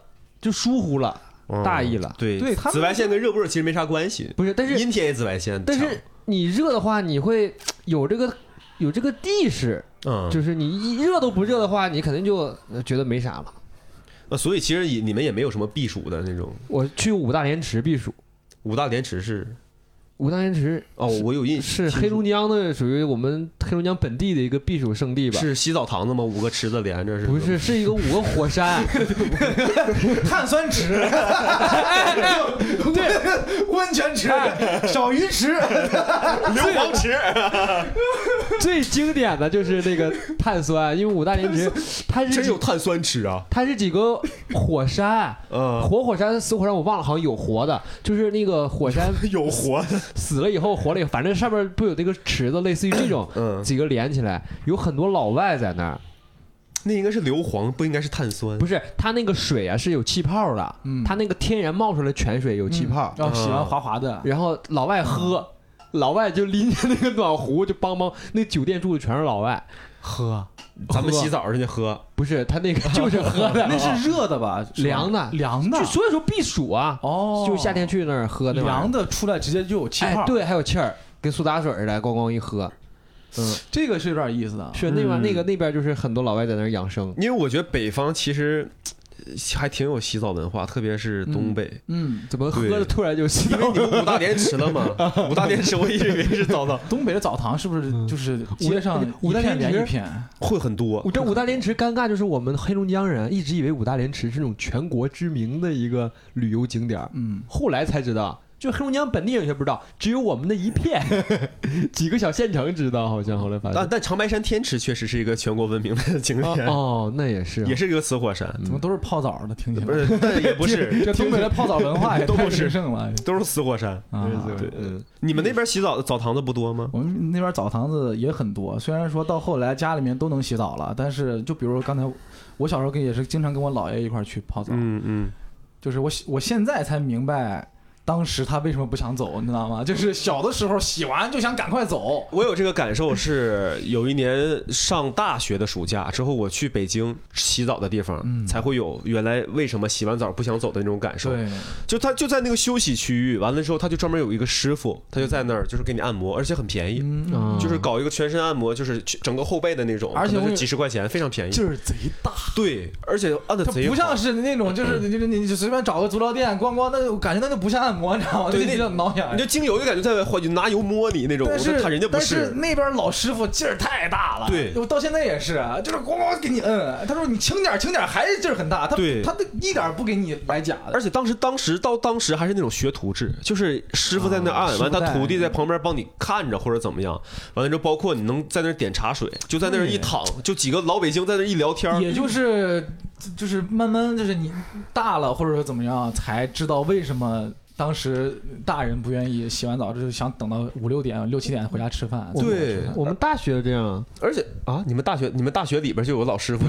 Speaker 4: 就疏忽了，
Speaker 3: 嗯
Speaker 4: 大意了。
Speaker 3: 对
Speaker 5: 对他们
Speaker 3: 紫外线跟热不热其实没啥关系，
Speaker 4: 不是，但是
Speaker 3: 阴天也紫外线强，
Speaker 4: 但是你热的话，你会有这个有这个意识，
Speaker 3: 嗯，
Speaker 4: 就是你一热都不热的话，你肯定就呃觉得没啥了。
Speaker 3: 那啊所以其实也你们也没有什么避暑的那种。
Speaker 4: 我去五大连池避暑，
Speaker 3: 五大连池是
Speaker 4: 五大连池
Speaker 3: 哦，我有印
Speaker 4: 是
Speaker 3: 听
Speaker 4: 黑龙江的，属于我们黑龙江本地的一个避暑胜地吧？
Speaker 3: 是洗澡堂子吗？五个池子连着是？
Speaker 4: 不是，？是一个五个火山，
Speaker 5: 碳酸池，对，温泉池，小鱼池，
Speaker 3: 硫磺池。
Speaker 4: [LAUGHS] 最经典的就是那个碳酸，因为五大连池它是
Speaker 3: [LAUGHS] 真
Speaker 4: 几
Speaker 3: 有碳酸池啊！
Speaker 4: 它是几个火山，
Speaker 3: 嗯，
Speaker 5: 呃
Speaker 4: 活火山、死火山我忘了，好像有活的，就是那个火
Speaker 5: [LAUGHS]
Speaker 4: 山
Speaker 3: 有活的。
Speaker 4: 死了以后活了以后，反正上面不有那个池子，类似于这种
Speaker 3: 嗯，
Speaker 4: 几个连起来，有很多老外在那儿。
Speaker 3: 那应该是硫磺，不应该是碳酸
Speaker 4: 不。是，它那个水啊是有气泡的，
Speaker 5: 嗯
Speaker 4: 它那个天然冒出来的泉水有气泡，
Speaker 5: 然后洗完哦滑滑的，
Speaker 4: 然后老外喝，老外就拎着那个暖壶就帮帮，那酒店住的全是老外，
Speaker 5: 喝，
Speaker 3: 咱们洗澡人家喝，
Speaker 4: 不是他
Speaker 5: [LAUGHS]
Speaker 4: 那个就是喝的，
Speaker 5: 那是热的吧？是吧
Speaker 4: 凉的
Speaker 5: 凉的
Speaker 4: 就，所以说避暑啊，
Speaker 5: 哦，
Speaker 4: 就夏天去那儿喝那玩意儿
Speaker 5: 凉的出来直接就有气泡，
Speaker 4: 哎，，对，还有气儿，跟苏打水似的，咣咣一喝。
Speaker 5: 这个是有点意思的。
Speaker 4: 是那边、那个那边就是很多老外在那儿养生，
Speaker 3: 因为我觉得北方其实嘖还挺有洗澡文化，特别是东北。
Speaker 5: 嗯，
Speaker 4: 怎么喝
Speaker 3: 对
Speaker 4: 的突然就洗 [LAUGHS]
Speaker 3: 因为你们五大连池了嘛，五大连池我一直以为是澡堂，
Speaker 5: 东北的澡堂是不是就是街上
Speaker 4: 五
Speaker 5: 一
Speaker 4: 大
Speaker 5: 片
Speaker 4: 连
Speaker 5: 连
Speaker 4: 池
Speaker 5: 一片？
Speaker 3: 会很多
Speaker 4: 我。这五大连池尴尬就是我们黑龙江人一直以为五大连池是那种全国知名的一个旅游景点儿，
Speaker 5: 嗯，
Speaker 4: 后来才知道就黑龙江本地人也不知道，只有我们那一片 [LAUGHS] 几个小县城知道，好像后来发现
Speaker 3: 但。但长白山天池确实是一个全国闻名的景
Speaker 4: [LAUGHS] 哦
Speaker 3: 点，
Speaker 4: 哦，那也是，
Speaker 3: 也是一个死火山，
Speaker 5: 怎么都是泡澡的？听起
Speaker 3: 不
Speaker 5: 来
Speaker 3: 是，但也不
Speaker 4: [LAUGHS]
Speaker 3: 是， [LAUGHS]
Speaker 5: 这东北的泡澡文化也
Speaker 3: 都
Speaker 5: 太
Speaker 3: 不是
Speaker 5: 神圣了。
Speaker 3: 都是死火山。
Speaker 5: 啊，
Speaker 3: 对，嗯，你们那边洗澡澡堂子不多吗？
Speaker 5: 我们那边澡堂子也很多，虽然说到后来家里面都能洗澡了，但是就比如刚才我小时候跟也是经常跟我姥爷一块儿去泡澡，
Speaker 3: 嗯嗯，
Speaker 5: 就是我我现在才明白当时他为什么不想走，你知道吗？就是小的时候洗完就想赶快走，
Speaker 3: 我有这个感受是，有一年上大学的暑假之后，我去北京洗澡的地方，
Speaker 5: 嗯
Speaker 3: 才会有原来为什么洗完澡不想走的那种感受。
Speaker 5: 对，
Speaker 3: 就他就在那个休息区域，完了之后他就专门有一个师傅，他就在那儿就是给你按摩，而且很便宜，
Speaker 5: 嗯，
Speaker 4: 嗯
Speaker 3: 就是搞一个全身按摩，就是整个后背的那种，
Speaker 5: 而且
Speaker 3: 可能
Speaker 5: 我
Speaker 3: 就几十块钱，非常便宜。
Speaker 5: 劲儿贼大，
Speaker 3: 对，而且按的
Speaker 5: 它
Speaker 3: 贼
Speaker 5: 不像
Speaker 3: 好。
Speaker 5: 是那种就
Speaker 3: [CLEARS THROAT]
Speaker 5: 是就是你就随便找个足疗店逛逛，那就感觉那就不像按摩，你知道吗？ [LAUGHS]
Speaker 3: 对
Speaker 5: 那
Speaker 3: 那
Speaker 5: 叫挠痒
Speaker 3: 你。就精油就感觉在或者拿油摸你那种，
Speaker 5: 但
Speaker 3: 我就是看人家不
Speaker 5: 但是那边老师傅劲儿太大了，
Speaker 3: 对
Speaker 5: 我到现在也是，啊就是咣咣给你摁，他说你轻点儿轻点儿，还是劲儿很大，他
Speaker 3: 对
Speaker 5: 他一点儿不给你来假的
Speaker 3: 而，且当时当时到当时还是那种学徒制，就是师傅在那
Speaker 5: 啊
Speaker 3: 按，完
Speaker 5: 师傅
Speaker 3: 他
Speaker 5: 带
Speaker 3: 徒弟在旁边帮你看着或者怎么样，完了之后包括你能在那儿点茶水，就在那儿一躺，就几个老北京在那儿一聊天儿，
Speaker 5: 也就是就是慢慢就是你大了或者说怎么样啊才知道为什么当时大人不愿意洗完澡就是想等到五六点六七点回家吃饭。
Speaker 4: 我们
Speaker 3: 对
Speaker 4: 我们大学这样，
Speaker 3: 而且啊，你们大学你们大学里边就有老
Speaker 5: [LAUGHS]
Speaker 3: 师傅，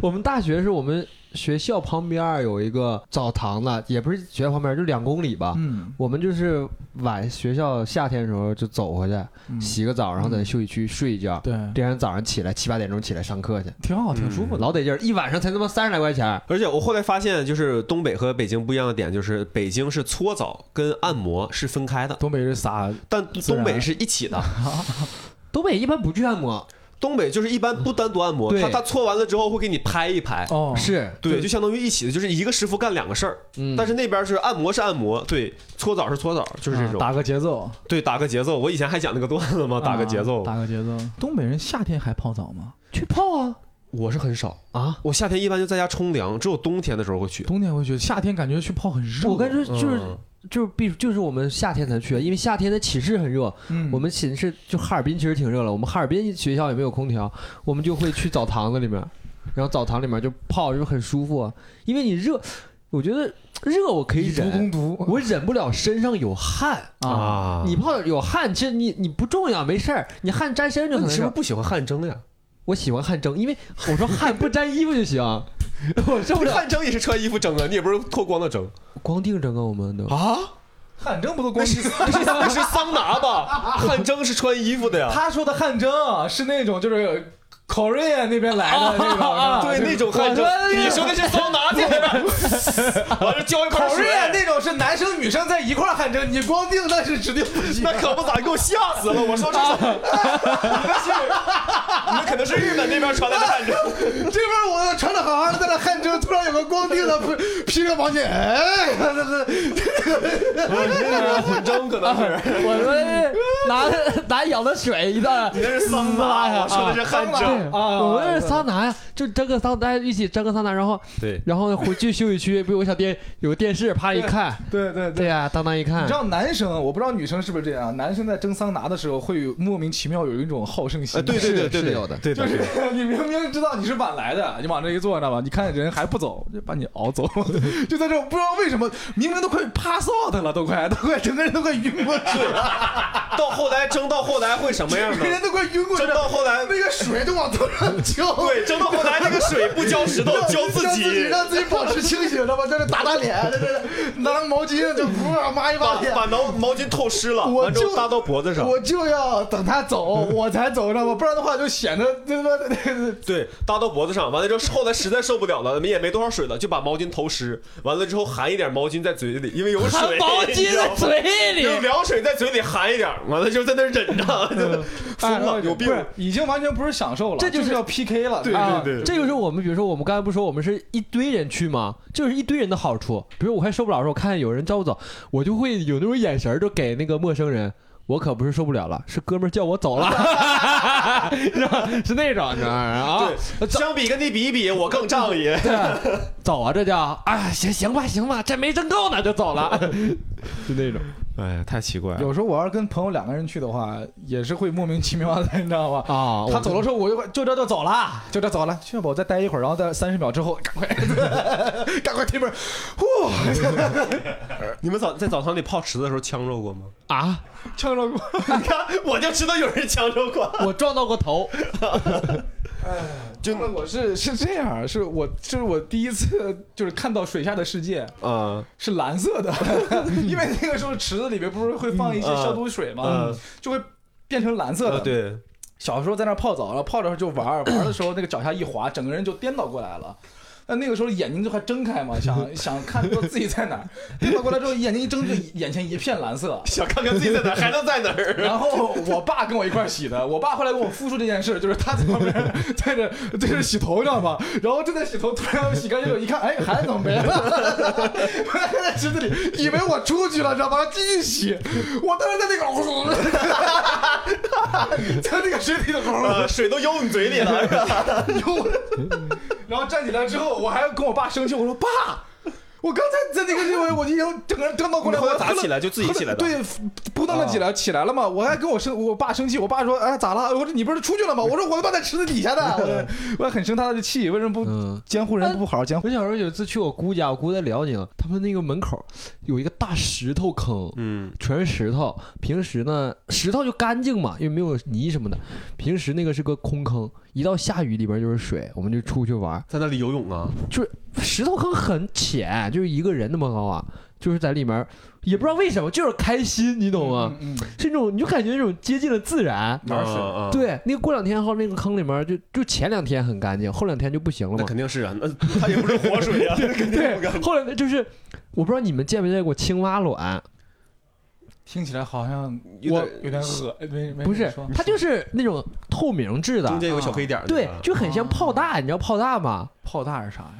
Speaker 4: 我们大学是我们学校旁边儿有一个澡堂子，也不是学校旁边儿，就两公里吧。
Speaker 5: 嗯，
Speaker 4: 我们就是晚学校夏天的时候就走回去
Speaker 5: 嗯
Speaker 4: 洗个澡，然后在休息区睡一觉，
Speaker 5: 对，
Speaker 4: 第二天早上起来七八点钟起来上课去，
Speaker 5: 挺
Speaker 3: 嗯
Speaker 5: 好，挺舒服的。
Speaker 4: 老得劲儿，一晚上才他妈三十来块钱。
Speaker 3: 而且我后来发现，就是东北和北京不一样的点，就是北京是搓澡跟按摩是分开的，
Speaker 5: 东北人撒
Speaker 3: 但
Speaker 5: 自然
Speaker 3: 东北是一起的。
Speaker 4: 东北一般不去按摩，
Speaker 3: 东北就是一般不单独按摩，
Speaker 4: 对
Speaker 3: 他他搓完了之后会给你拍一拍。
Speaker 5: 哦，
Speaker 4: 是，
Speaker 3: 对，就相当于一起的，就是一个师傅干两个事儿，
Speaker 4: 嗯，
Speaker 3: 但是那边是按摩是按摩，对，搓澡是搓澡，就是这
Speaker 5: 啊
Speaker 3: 种，
Speaker 5: 打个节奏，
Speaker 3: 对，打个节奏。我以前还讲那个段子嘛，打个节奏。
Speaker 5: 啊打个节奏。东北人夏天还泡澡吗？
Speaker 4: 去泡啊
Speaker 3: 我是很少，
Speaker 4: 啊！
Speaker 3: 我夏天一般就在家冲凉，只有冬天的时候会去。
Speaker 5: 冬天会去，夏天感觉去泡很热。
Speaker 4: 我跟你说，就是
Speaker 3: 嗯
Speaker 4: 就是必就是我们夏天才去，因为夏天的寝室很热，
Speaker 5: 嗯
Speaker 4: 我们寝室就哈尔滨其实挺热了，我们哈尔滨学校也没有空调，我们就会去澡堂子里面，然后澡堂里面就泡，就很舒服啊。因为你热，我觉得热我可以
Speaker 5: 以毒
Speaker 4: 忍，
Speaker 5: 攻毒
Speaker 4: 我忍不了身上有汗。
Speaker 5: 啊，
Speaker 3: 啊，
Speaker 4: 你泡有汗，其实你你不重要，没事儿，你汗沾身上就
Speaker 3: 那你
Speaker 4: 很难
Speaker 3: 是不是
Speaker 4: 受。
Speaker 3: 不喜欢汗蒸呀？
Speaker 4: 我喜欢汗蒸，因为我说汗不沾衣服就行， [LAUGHS] 我受不了
Speaker 3: 汗蒸也是穿衣服蒸啊，你也不是脱光了蒸
Speaker 4: 光腚蒸啊，我们都。
Speaker 3: 啊？
Speaker 5: 汗蒸不都
Speaker 3: 那？
Speaker 5: 光
Speaker 3: 是那 [LAUGHS] 是那是桑拿吧？汗蒸是穿衣服的呀。
Speaker 5: 他说的汗蒸啊是那种就是 Korea 那边来的那种，
Speaker 3: 对，那种汗蒸
Speaker 5: 我说，
Speaker 3: 你说的是桑拿去， [LAUGHS] 完了浇一盆
Speaker 5: 烤
Speaker 3: 水
Speaker 5: 瑞，啊那种是男生女生在一块儿汗蒸，你光腚那是指定不行。
Speaker 3: 那可不咋，给我吓死了！我说这是， [LAUGHS] 你们是，你们可能是日本那边传来的汗蒸。
Speaker 5: 这边我穿的好好的在那汗蒸，突然有个光腚的披披着毛巾，哎，那那
Speaker 3: 混蒸可能是，
Speaker 4: 我们拿拿 [LAUGHS] 舀的水一道，
Speaker 3: 你那是桑拿呀，我说的是汗蒸。
Speaker 5: 啊
Speaker 4: 我们是桑拿呀，就蒸个桑，大家一起蒸个桑拿，然后
Speaker 3: 对，
Speaker 4: 然后回去休息区不有个小电有个电视，啪一看，
Speaker 5: 对对
Speaker 4: 对
Speaker 5: 对。
Speaker 4: 呀，当当一
Speaker 5: 你
Speaker 4: 看
Speaker 5: 知，道男生，我不知道女生是不是这样，男生在蒸桑拿的时候会有莫名其妙有一种好胜心。
Speaker 3: 呃，对对对对
Speaker 4: 是
Speaker 3: 对，
Speaker 4: 有的
Speaker 3: 对
Speaker 5: 就
Speaker 3: 的。
Speaker 5: 是 [LAUGHS] 你明明知道你是晚来的，你往这一坐，知道吧？你看人还不走，就把你
Speaker 3: [LAUGHS]
Speaker 5: 熬走，就在这儿不知道为什么，明明都快 pass out 了，都快都快整个人都快晕过去了。
Speaker 3: 到后来蒸到后来会什么样
Speaker 5: 每人
Speaker 3: 呢？
Speaker 5: 都快晕过去
Speaker 3: 蒸
Speaker 5: 了，
Speaker 3: 到后来，
Speaker 5: 那个水都往头上浇，
Speaker 3: [LAUGHS] 对，蒸到后来那个水不浇石头，浇自
Speaker 5: [LAUGHS] 让
Speaker 3: 己，
Speaker 5: 让自己保持清醒，知道吧？在这打打脸，在这拿毛巾就噗啊抹一把
Speaker 3: 把
Speaker 5: 脸。
Speaker 3: 把毛毛巾透湿了，
Speaker 5: 我
Speaker 3: 完之
Speaker 5: 就
Speaker 3: 后搭到脖子上。
Speaker 5: 我就要等他走，我才走，知道吗？不然的话就显得对吧？ [LAUGHS]
Speaker 3: 对，搭到脖子上，完了之后，后来实在受不了了，也没多少水了，就把毛巾头湿，完了之后含一点毛巾在嘴里，因为有水，
Speaker 4: 含毛巾在嘴
Speaker 3: 有
Speaker 4: 里，
Speaker 3: 凉水在嘴里含一点，完了就在那忍着，疯了，有病
Speaker 5: 哎不。是已经完全不是享受了，
Speaker 4: 这就是
Speaker 5: 是要 PK 了。
Speaker 3: 对
Speaker 4: 啊
Speaker 3: 对对
Speaker 4: 这就是我们，比如说我们刚才不是说我们是一堆人去吗？就是一堆人的好处。比如我快受不了的时候，我看有人招不走，我就会有那种眼神儿，就给那个陌生人。我可不是受不了了，是哥们儿叫我
Speaker 5: [LAUGHS]
Speaker 4: 走了，是吧？是那种，你知道吗？啊，
Speaker 3: 对， [LAUGHS] 相比跟你比一比，我更仗义。
Speaker 5: [LAUGHS]
Speaker 4: 走啊，这叫啊，行行吧，行吧，这没挣够呢就走了，
Speaker 5: 就那种。
Speaker 3: [LAUGHS] 哎呀，太奇怪了。
Speaker 5: 有时候我要是跟朋友两个人去的话，也是会莫名其妙的，你知道吗？
Speaker 4: 啊，
Speaker 5: 他
Speaker 4: 我
Speaker 5: 走的时候，我就就这就走了，就这走了，去吧，我再待一会儿，然后在三十秒之后，赶快 [LAUGHS] 赶快推门，呼，
Speaker 3: 你们早在澡堂里泡池子的时候呛着过吗？
Speaker 4: 啊，
Speaker 5: 呛着过，
Speaker 3: [LAUGHS] 你看，我就知道有人呛着 [LAUGHS] 过。
Speaker 4: 我撞到过头，
Speaker 5: 真的我是是这样，是我这是我第一次就是看到水下的世界
Speaker 3: 啊、
Speaker 5: 是蓝色的， [LAUGHS] 因为那个时候池子里面不是会放一些
Speaker 3: 嗯啊
Speaker 5: 消毒水嘛，
Speaker 3: 嗯
Speaker 5: 就会变成蓝色的。
Speaker 3: 呃，对，
Speaker 5: 小时候在那儿泡澡，然后泡着时候就玩儿，玩儿的时候那个脚下一滑，整个人就颠倒过来了。但那个时候眼睛就还睁开嘛，想想看说自己在哪儿。颠倒过来之后，眼睛一睁就眼前一片蓝色。
Speaker 3: 想看看自己在哪 [LAUGHS] 儿，还能在哪儿。
Speaker 5: 然后我爸跟我一块儿洗的，我爸后来跟我复述这件事，就是他在旁边在这在这洗头，你知道吗？然后正在洗头，突然洗干净了，一看，哎，孩子怎么没了？ [LAUGHS] 我还在池子里，以为我出去了，知道吗？继续洗，我当时在那个， [LAUGHS] 在那个水里头，
Speaker 3: 呃，水都游你嘴里了，是 [LAUGHS] 吧？
Speaker 5: 有， [LAUGHS] 然后站起来之后，我还跟我爸生气，我说爸。我刚才在那个地方，我就整个人蹬到过来，
Speaker 3: 你后
Speaker 5: 我
Speaker 3: 来咋起来就自己起来的
Speaker 5: 对，扑腾着起来，起来了嘛。我还跟我生我爸生气，我爸说：“哎，咋了？”我说：“你不是出去了吗？”我说：“我他妈在池子底下呢。”我说我还很生他的气，为什么不
Speaker 4: 嗯。
Speaker 5: 监护人不好好监护？
Speaker 4: 我小时候有一次去我姑家，我姑在辽宁，他们那个门口有一个大石头坑，
Speaker 3: 嗯，
Speaker 4: 全是石头。平时呢，石头就干净嘛，因为没有泥什么的。平时那个是个空坑，一到下雨里边就是水，我们就出去玩。
Speaker 3: 在那里游泳啊，
Speaker 4: 就是石头坑很浅，就是一个人那么高啊，就是在里面，也不知道为什么，就是开心，你懂吗？
Speaker 5: 嗯，
Speaker 4: 是那种你就感觉那种接近了自然。
Speaker 5: 哪儿水
Speaker 3: 啊，
Speaker 4: 对，那个过两天后那个坑里面就就前两天很干净，后两天就不行了
Speaker 3: 那
Speaker 4: 嘛。
Speaker 3: 肯定是 [LAUGHS] 啊，那它也不是活水 [LAUGHS] 啊，肯定不干
Speaker 4: 对，后来就是我不知道你们见没见过青蛙卵，
Speaker 3: 哎
Speaker 5: 听起来好像
Speaker 3: 有点
Speaker 5: 有点恶，没没
Speaker 4: 不是，它就是那种透明质的
Speaker 3: 中，间有个小黑点儿，
Speaker 4: 对
Speaker 3: 啊，
Speaker 4: 就很像炮弹，你知道炮弹吗？
Speaker 5: 炮大是啥呀？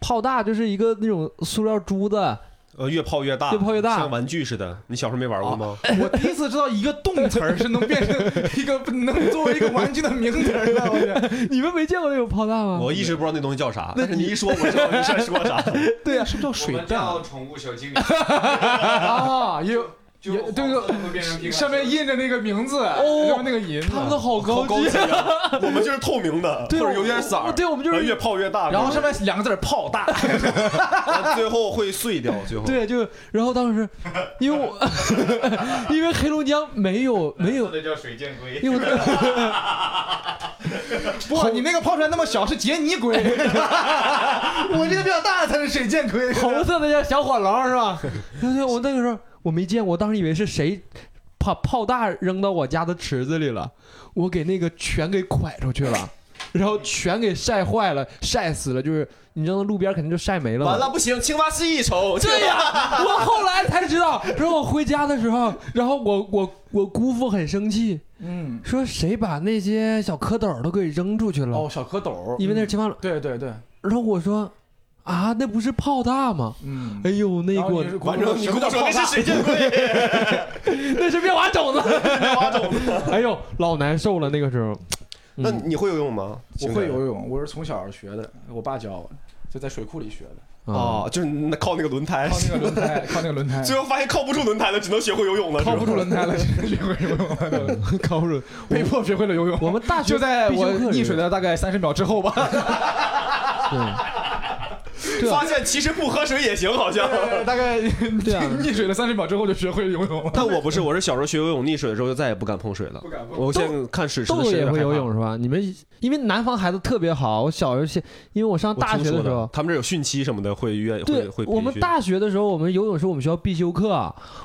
Speaker 4: 炮弹就是一个那种塑料珠子，
Speaker 3: 呃，越泡越大，啊
Speaker 4: 越泡越大
Speaker 3: 像玩具似的。你小时候没玩过吗？
Speaker 5: 我第一次知道一个动词
Speaker 4: [LAUGHS]
Speaker 5: 儿是能变成一个能作为一个玩具的名词儿的，我天！
Speaker 4: 你们没见过那种炮弹吗？
Speaker 3: 我一直不知道那东西叫啥，但是你一说，我知道你在说 [LAUGHS] 啥。
Speaker 5: 对呀，是不是叫
Speaker 6: 我
Speaker 5: 水
Speaker 6: 们
Speaker 5: 弹啊
Speaker 6: 叫？宠物小精灵，
Speaker 5: 啊，也有
Speaker 6: 就
Speaker 5: 也
Speaker 6: 黄
Speaker 5: 这
Speaker 6: 色
Speaker 5: 个
Speaker 6: 的会变成皮卡
Speaker 5: 上
Speaker 6: 丘
Speaker 5: 面印着那个名字，
Speaker 4: 哦
Speaker 5: 上面那个银子，
Speaker 4: 他们都好
Speaker 3: 好
Speaker 4: 高
Speaker 3: 高级啊！ [LAUGHS] 我们就是透明的，
Speaker 4: [LAUGHS] 对
Speaker 3: 或者有点色儿，
Speaker 4: 我对我们就是
Speaker 3: 然后越泡越大，
Speaker 5: 然后上面两个字儿炮大，
Speaker 3: 面最后会碎掉，最后
Speaker 4: 对，就然后当时，因为我 [LAUGHS] 因为黑龙江没有没有
Speaker 6: 这叫水箭龟。
Speaker 4: 因为我
Speaker 5: 哇，你那个炮出来那么小是杰尼龟，我这个比较大的才是水箭龟。[LAUGHS]
Speaker 4: [LAUGHS] 红色的叫小火龙是吧？ [LAUGHS] 对对，我那个时候我没见过，我当时以为是谁把炮弹扔到我家的池子里了，我给那个全给拐出去了。然后全给晒坏了，晒死了，就是你扔到路边肯定就晒没了嘛。
Speaker 3: 完了不行，青蛙是一筹。
Speaker 4: 对呀、我后来才知道。然后我回家的时候，然后我我我姑父很生气，
Speaker 5: 嗯，
Speaker 4: 说谁把那些小蝌蚪都给扔出去了，
Speaker 5: 哦，小蝌蚪，
Speaker 4: 因为那是青蛙卵。
Speaker 5: 对对对，
Speaker 4: 然后我说啊，那不是炮大吗？
Speaker 5: 嗯
Speaker 4: 哎。呦，那
Speaker 5: 然
Speaker 4: 给
Speaker 5: 后
Speaker 4: 我
Speaker 5: 你是
Speaker 3: 反正你
Speaker 5: 什
Speaker 3: 跟
Speaker 5: 么
Speaker 3: 我
Speaker 5: 叫
Speaker 3: 说
Speaker 5: 炮
Speaker 3: 那是
Speaker 5: 大？
Speaker 3: 水箭龟，
Speaker 4: [LAUGHS] 那是面瓦种子，
Speaker 3: 蛙种子。
Speaker 4: 哎呦，老难受了那个时候。嗯
Speaker 3: 那你会游泳吗？
Speaker 5: 我会游泳，我是从小学的，我爸教我的，就在水库里学的，
Speaker 4: 啊，
Speaker 3: 啊，就是那靠那个轮胎
Speaker 5: 靠，那个轮胎，靠那个轮胎，
Speaker 3: [LAUGHS] 最后发现靠不住轮胎了，只能学会游泳了。是吧
Speaker 5: 靠不住轮胎了， [LAUGHS] 学会游泳了，
Speaker 4: 高人，
Speaker 5: 被迫学会了游泳。
Speaker 4: 我们大学
Speaker 5: [LAUGHS] 就在
Speaker 4: 必修
Speaker 5: 我
Speaker 4: 课里
Speaker 5: 溺水的大概三十秒之后吧。 [LAUGHS]
Speaker 4: [LAUGHS] 对
Speaker 3: [LAUGHS] 发现其实不喝水也行，好像。
Speaker 5: 大 [LAUGHS] 概
Speaker 4: 对啊
Speaker 5: 溺水了三十秒之后就学会游泳了。
Speaker 3: [LAUGHS] 但我不是，我是小时候学游泳，溺水的时候就再也不敢碰水了。
Speaker 5: 敢
Speaker 3: 我现在看水池
Speaker 4: 豆
Speaker 3: 的
Speaker 4: 豆
Speaker 3: 水
Speaker 4: 也会游，泳是吧？你们因为南方孩子特别好，我小时候先，因为我上
Speaker 3: 我
Speaker 4: 大
Speaker 3: 听
Speaker 4: 学
Speaker 3: 说
Speaker 4: 的时候，
Speaker 3: 他们这有汛期什么的，会愿
Speaker 4: 对
Speaker 3: 会会，
Speaker 4: 我
Speaker 3: 培
Speaker 4: 们
Speaker 3: 训
Speaker 4: 大学的时候，我们游泳是我们学校必修课。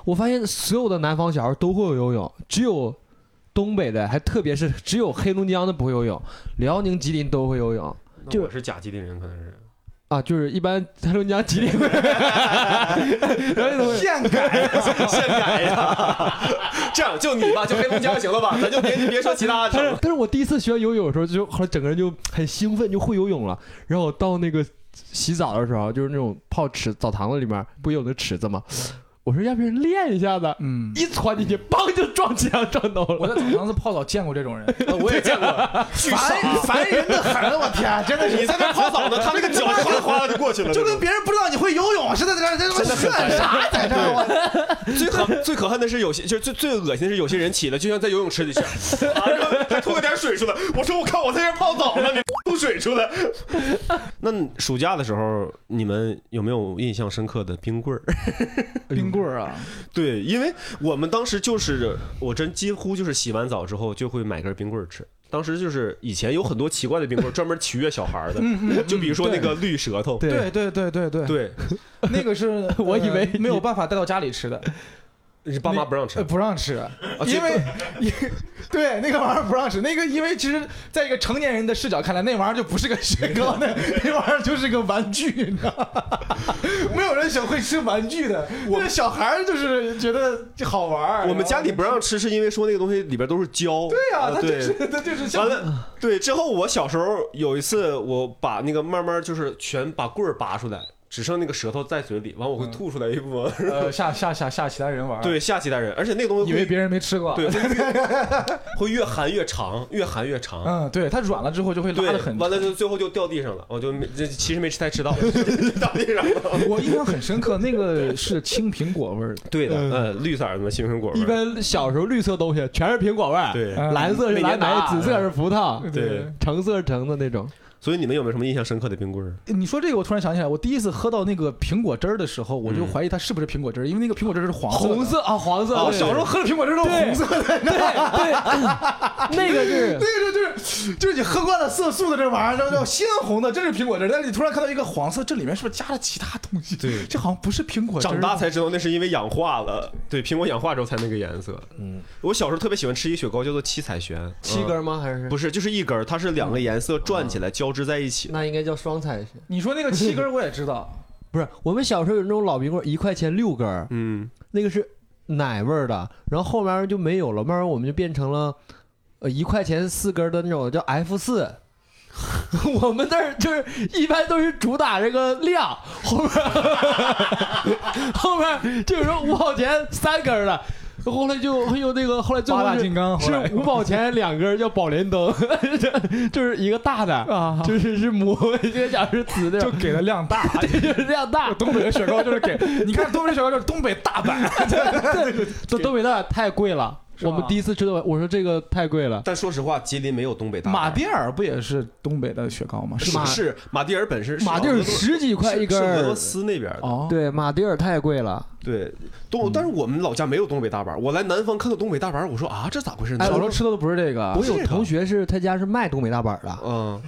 Speaker 4: 我发现所有的南方小孩都会游泳，只有东北的，还特别是只有黑龙江的不会游泳，辽宁、吉林都会游泳
Speaker 3: 那
Speaker 4: 就
Speaker 3: 我是甲级的人，可能是
Speaker 4: 啊。就是一般黑龙江、吉林， [LAUGHS] 辽宁都会。
Speaker 5: 现改，
Speaker 3: 现改 [LAUGHS] 呀。这样就你吧，就黑龙江行了 [LAUGHS] 吧，咱就别别说其他
Speaker 4: [LAUGHS] 但是，但是我第一次学游泳的时候，就后来整个人就很兴奋，就会游泳了。然后我到那个洗澡的时候，就是那种泡池澡堂子里面不有那池子吗？我说要不然练一下子，
Speaker 5: 嗯，
Speaker 4: 一窜进去，梆就撞墙上头
Speaker 5: 我
Speaker 4: 了。
Speaker 5: 在澡堂子泡澡见过这种人，
Speaker 3: 呃我也见过，巨
Speaker 5: 烦烦人的很，我天，啊真的
Speaker 3: 你
Speaker 5: 是
Speaker 3: 在那泡澡呢，他那个脚哗啦哗啦就过去了，
Speaker 5: 就跟别人不知道你会游泳似的，在这儿在这
Speaker 3: 真的
Speaker 5: 儿
Speaker 3: 很烦
Speaker 5: 炫啥在这儿，我
Speaker 3: 最可最可恨的是有些，就是最最恶心的是有些人起来就像在游泳池里去，啊然后还吐了点水出来。我说我靠，我在这儿泡澡呢，你吐水出来。 [LAUGHS] 那暑假的时候，你们有没有印象深刻的冰棍儿？
Speaker 5: 冰棍儿啊，
Speaker 3: 对，因为我们当时就是，我真几乎就是洗完澡之后就会买根冰棍儿吃。当时就是以前有很多奇怪的冰棍儿，专门取悦小孩儿
Speaker 5: 嗯
Speaker 3: 的，就比如说那个绿舌头。
Speaker 4: 对
Speaker 5: 对对对对对，
Speaker 3: 对，
Speaker 5: 那个是 [LAUGHS]
Speaker 4: 我以为
Speaker 5: 呃
Speaker 4: 你
Speaker 5: 没有办法带到家里吃的，
Speaker 3: 是爸妈不让吃
Speaker 5: 呃，不让吃，
Speaker 3: 啊这
Speaker 5: 因为因为对那个玩意儿不让吃，那个因为其实在一个成年人的视角看来，那玩意儿就不是个雪糕，那 [LAUGHS] 那玩意儿就是个玩具，你知道吗？ [LAUGHS] 没有人想会吃玩具的，我们小孩儿就是觉得好玩儿。
Speaker 3: 我们家里不让吃，是因为说那个东西里边都是胶。对
Speaker 5: 对呀，他就
Speaker 3: 对。
Speaker 5: 是他就是像
Speaker 3: 完了，对，之后我小时候有一次，我把那个慢慢就是全把棍儿拔出来，只剩那个舌头在嘴里，完我会吐出来一部分，
Speaker 5: 呃吓吓吓吓其他人玩儿，
Speaker 3: 对，吓其他人，而且那个东西
Speaker 5: 以
Speaker 3: 会
Speaker 5: 为别人没吃过，
Speaker 3: 对会越会越
Speaker 5: [LAUGHS]
Speaker 3: 含越长，越含越长。
Speaker 5: 嗯，对，它软了之后就会
Speaker 3: 对
Speaker 5: 拉的，很
Speaker 3: 完了就最后就掉地上了，哦我就没这其实没吃太吃到， [LAUGHS] 掉地上了。
Speaker 5: 我印象很深刻，那个是青苹果味儿的，
Speaker 3: [LAUGHS] 对的，嗯，绿色儿的杏仁果味
Speaker 4: 一
Speaker 3: 儿，
Speaker 4: 般小时候绿色东西全是苹果味儿，
Speaker 3: 对
Speaker 5: 嗯
Speaker 4: 蓝色是蓝
Speaker 3: 每年
Speaker 4: 莓，
Speaker 3: 打
Speaker 4: 紫色是葡萄，
Speaker 3: 对。
Speaker 4: 橙色是橙的那种。
Speaker 3: 所以你们有没有什么印象深刻的冰棍儿？
Speaker 5: 你说这个，我突然想起来，我第一次喝到那个苹果汁儿的时候，我就怀疑它是不是苹果汁儿，因为那个苹果汁儿是黄
Speaker 4: 红
Speaker 5: 嗯色的。
Speaker 4: 色啊，黄色。
Speaker 5: 我
Speaker 4: 对
Speaker 5: 小时候喝的苹果汁儿都是红色的， [LAUGHS]
Speaker 4: 对对，那个是
Speaker 5: 那个就是就是你喝惯了色素的这玩意儿，然后叫鲜红的，这是苹果汁儿，但是你突然看到一个黄色，这里面是不是加了其他东西？
Speaker 3: 对
Speaker 5: [LAUGHS] 这好像不是苹果汁儿。
Speaker 3: 长大才知道那是因为氧化了，对，苹果氧化之后才那个颜色。嗯，我小时候特别喜欢吃一雪糕，叫做七彩旋，
Speaker 4: 七
Speaker 3: 嗯
Speaker 4: 根吗？还是
Speaker 3: 不是，就是一根儿，它是两个颜色转起来交织在一起。
Speaker 4: 那应该叫双彩是？
Speaker 5: 你说那个七根儿我也知道，
Speaker 4: 不是，我们小时候有那种老冰棍儿，一块钱六根儿，
Speaker 3: 嗯，
Speaker 4: 那个是奶味儿的，然后后面就没有了，慢慢我们就变成了。呃，一块钱四根儿的那种叫 F 四， [LAUGHS] 我们那儿就是一般都是主打这个量，后面后面就是说五毛钱三根儿的，后来就还有那个后来最后
Speaker 5: 八大
Speaker 4: 是
Speaker 5: 金刚后来
Speaker 4: 是五毛钱两根儿叫宝莲灯，这就是一个大的，
Speaker 5: 啊
Speaker 4: 就是是母， [LAUGHS] 一个讲是子
Speaker 5: [LAUGHS]
Speaker 4: 的，
Speaker 5: 就给的量大。
Speaker 4: 就是量大，
Speaker 5: 东北的雪糕就是给， [LAUGHS] 你看东北雪糕就是东北大版，
Speaker 4: 这东北大太贵了。
Speaker 5: 是
Speaker 4: 我
Speaker 5: 吧
Speaker 4: 们第一次知道，我说这个太贵了。
Speaker 3: 但说实话，吉林没有东北大
Speaker 5: 马
Speaker 3: 地
Speaker 5: 迭尔不也是东北的雪糕吗？
Speaker 3: 是
Speaker 4: 马
Speaker 3: 是马迭尔本身是啊
Speaker 4: 马蒂
Speaker 3: 俄
Speaker 4: 尔
Speaker 3: 罗斯
Speaker 4: 十几块一根
Speaker 3: 是
Speaker 4: 儿
Speaker 3: 俄罗斯那边的。
Speaker 5: 哦，
Speaker 4: 对，马蒂尔太贵了。
Speaker 3: 对，东，但是我们老家没有东北大板儿。我来南方看到东北大板儿，我说啊，这咋回事呢？
Speaker 5: 小时候吃的都不是啊这个，
Speaker 4: 哎我
Speaker 3: 是
Speaker 4: 有
Speaker 3: 的
Speaker 4: 同学是他家是卖东北大板的，
Speaker 3: 嗯，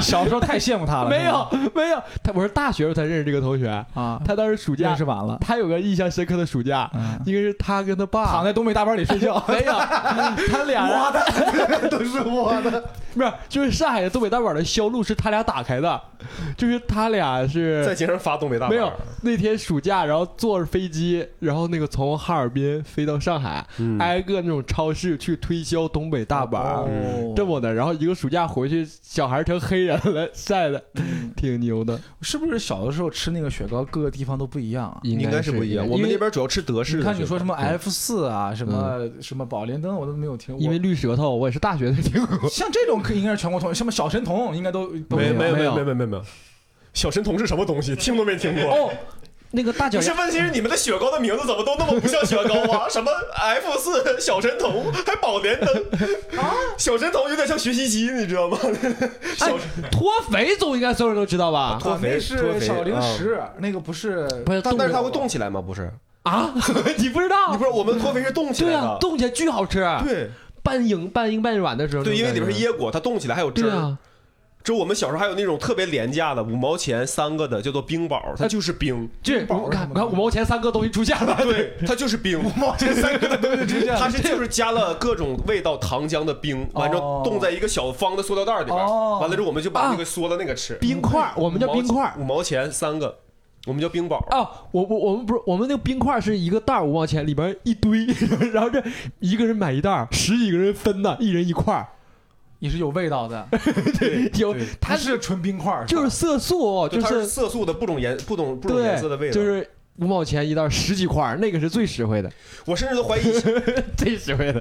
Speaker 5: 小时候太羡慕他了，
Speaker 4: 没
Speaker 5: 是
Speaker 4: 有
Speaker 5: 吧
Speaker 4: 没有，他我是大学时候才认识这个同学，
Speaker 5: 啊，
Speaker 4: 他当时暑假
Speaker 5: 认识晚了
Speaker 4: 他有个印象深刻的暑假，
Speaker 5: 嗯
Speaker 4: 应该是他跟他
Speaker 5: [LAUGHS]
Speaker 4: 爸，
Speaker 5: 躺在东北大板里睡觉
Speaker 4: 没有，他俩人 [LAUGHS]
Speaker 5: 都是我的，
Speaker 4: 不是就是上海的东北大板的销路是他俩打开的，就是他俩是
Speaker 3: 在街上发东北大
Speaker 4: 没
Speaker 3: 板儿
Speaker 4: 有，那天暑假，然后坐着飞机，然后那个从哈尔滨飞到上海，
Speaker 3: 嗯
Speaker 4: 挨个那种超市去推销东北 [LAUGHS] 大板儿，
Speaker 3: 嗯
Speaker 4: 这么的。然后一个暑假回去，小孩成黑人了，晒的 [LAUGHS] 挺牛的，
Speaker 5: 是不是小的时候吃那个雪糕，各个地方都不一样啊？
Speaker 3: 应该
Speaker 4: 是
Speaker 3: 不一样。
Speaker 4: 应
Speaker 3: 我们
Speaker 4: 该因
Speaker 3: 那
Speaker 4: 为
Speaker 3: 边主要吃德式
Speaker 5: 你
Speaker 3: 的。
Speaker 5: 看你说什么
Speaker 4: 对
Speaker 5: F 四啊，什么什么宝莲灯，我都没有听过。
Speaker 4: 因为绿舌头，我也是大学才听过。
Speaker 5: 像这种可应该是全国通，什么小神童应该都都
Speaker 3: 没
Speaker 5: 有
Speaker 3: 没有
Speaker 4: 没有
Speaker 3: 没有没有没有，小神童是什么东西？听都没听过。
Speaker 4: 哦，那个大脚
Speaker 3: 不是，
Speaker 4: 丫，
Speaker 3: 问题是你们的雪糕的名字怎么都那么不像雪糕
Speaker 4: [LAUGHS]
Speaker 3: 啊？什么 F 四小神童，还宝莲灯啊？小神童有点像学习机，你知道吗？
Speaker 4: 哎
Speaker 3: 小神 [LAUGHS]
Speaker 4: 脱肥总应该所有人都知道吧？
Speaker 3: 脱
Speaker 5: 啊
Speaker 3: 肥
Speaker 5: 那
Speaker 3: 脱
Speaker 5: 是
Speaker 3: 肥
Speaker 5: 小零食，那个不是
Speaker 4: 不是，
Speaker 3: 但
Speaker 4: 冻
Speaker 3: 但是它会动起来吗？不是，
Speaker 4: 啊？ [LAUGHS] 你不知道？
Speaker 3: 你不是我们脱肥是动起
Speaker 4: 对
Speaker 3: 来
Speaker 4: 啊，
Speaker 3: 的。
Speaker 4: 冻起来巨好吃，
Speaker 3: 对
Speaker 4: 半硬半硬半软的时候那
Speaker 3: 对，
Speaker 4: 种感觉。
Speaker 3: 因为里边是椰果，它动起来还有汁
Speaker 4: 对
Speaker 3: 儿。
Speaker 4: 啊，
Speaker 3: 就我们小时候还有那种特别廉价的，五毛钱三个的，叫做冰雹，
Speaker 4: 哎
Speaker 3: 它就是冰。
Speaker 4: 这
Speaker 5: 宝
Speaker 4: 我看
Speaker 5: 什么的
Speaker 4: 我看五毛钱三个东西出现
Speaker 3: [LAUGHS]
Speaker 4: 了。
Speaker 3: 对，它就是冰。
Speaker 5: 五毛钱三个的东西出现了
Speaker 3: 它是就是加了各种味道糖浆的冰，完之后冻在一个小方的塑料袋里边，
Speaker 5: 哦
Speaker 3: 完了之后我们就把那个缩了那个吃。
Speaker 4: 冰块儿，我们叫冰块儿
Speaker 3: 五毛钱三个，我们叫冰雹。
Speaker 4: 啊！我我我们不是我们那个冰块儿是一个袋儿五毛钱，里边儿一堆， [LAUGHS] 然后这一个人买一袋儿，十几个人分呢，一人一块儿。 [LAUGHS]
Speaker 5: 也是有味道的，
Speaker 4: 有
Speaker 5: 对它
Speaker 4: 它
Speaker 5: 是纯冰块儿，
Speaker 4: 就是色素，哦
Speaker 3: 就
Speaker 4: 就
Speaker 3: 它是
Speaker 4: 是
Speaker 3: 色素的不同颜不同不同
Speaker 4: 对
Speaker 3: 颜色的味，道，
Speaker 4: 就是五毛钱一袋，十几块儿，那个是最实惠的，
Speaker 3: 我甚至都怀疑，
Speaker 4: 最实惠的。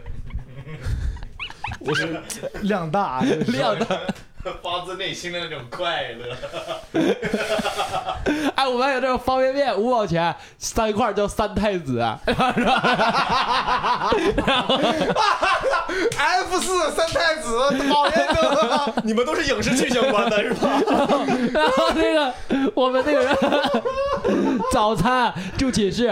Speaker 3: 我是
Speaker 5: 量
Speaker 4: [LAUGHS]
Speaker 5: 大，真是
Speaker 4: 量大。
Speaker 6: 发自内心的那种快乐。
Speaker 4: [LAUGHS] 哎，我们还有这种方便面，五毛钱三块儿叫三太子，啊
Speaker 5: F 四三太子，讨厌死了！
Speaker 3: [LAUGHS] 你们都是影视剧相关的是吧？ [LAUGHS]
Speaker 4: 然后那个我们那个人早餐住寝室，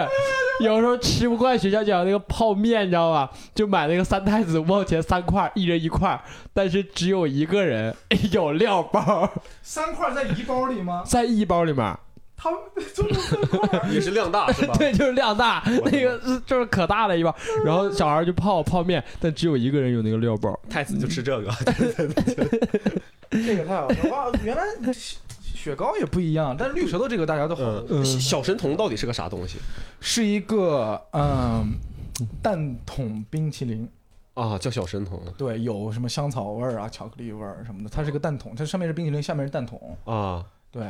Speaker 4: 有时候吃不惯学校讲那个泡面，你知道吧？就买那个三太子，五毛钱三块，一人一块，但是只有一个人 [LAUGHS] 有料包，
Speaker 5: 三块在一包里吗？
Speaker 4: 在一包里面，
Speaker 5: 他们这么三块儿，
Speaker 3: 也是量大是吧？
Speaker 4: [LAUGHS] 对，就是量大，
Speaker 3: 我
Speaker 4: 那个是就是可大了一包。然后小孩就泡泡面，但只有一个人有那个料包。
Speaker 3: 太子就吃这个，
Speaker 5: 这个太好了！哇，原来雪雪糕也不一样，但绿舌头这个大家都好像
Speaker 3: 嗯，小神童到底是个啥东西
Speaker 5: 是一个嗯蛋筒冰淇淋，
Speaker 3: 啊？叫小神童
Speaker 5: 对，有什么香草味儿啊、巧克力味儿什么的，它是个蛋筒，它上面是冰淇淋，下面是蛋筒，
Speaker 3: 啊？
Speaker 5: 对。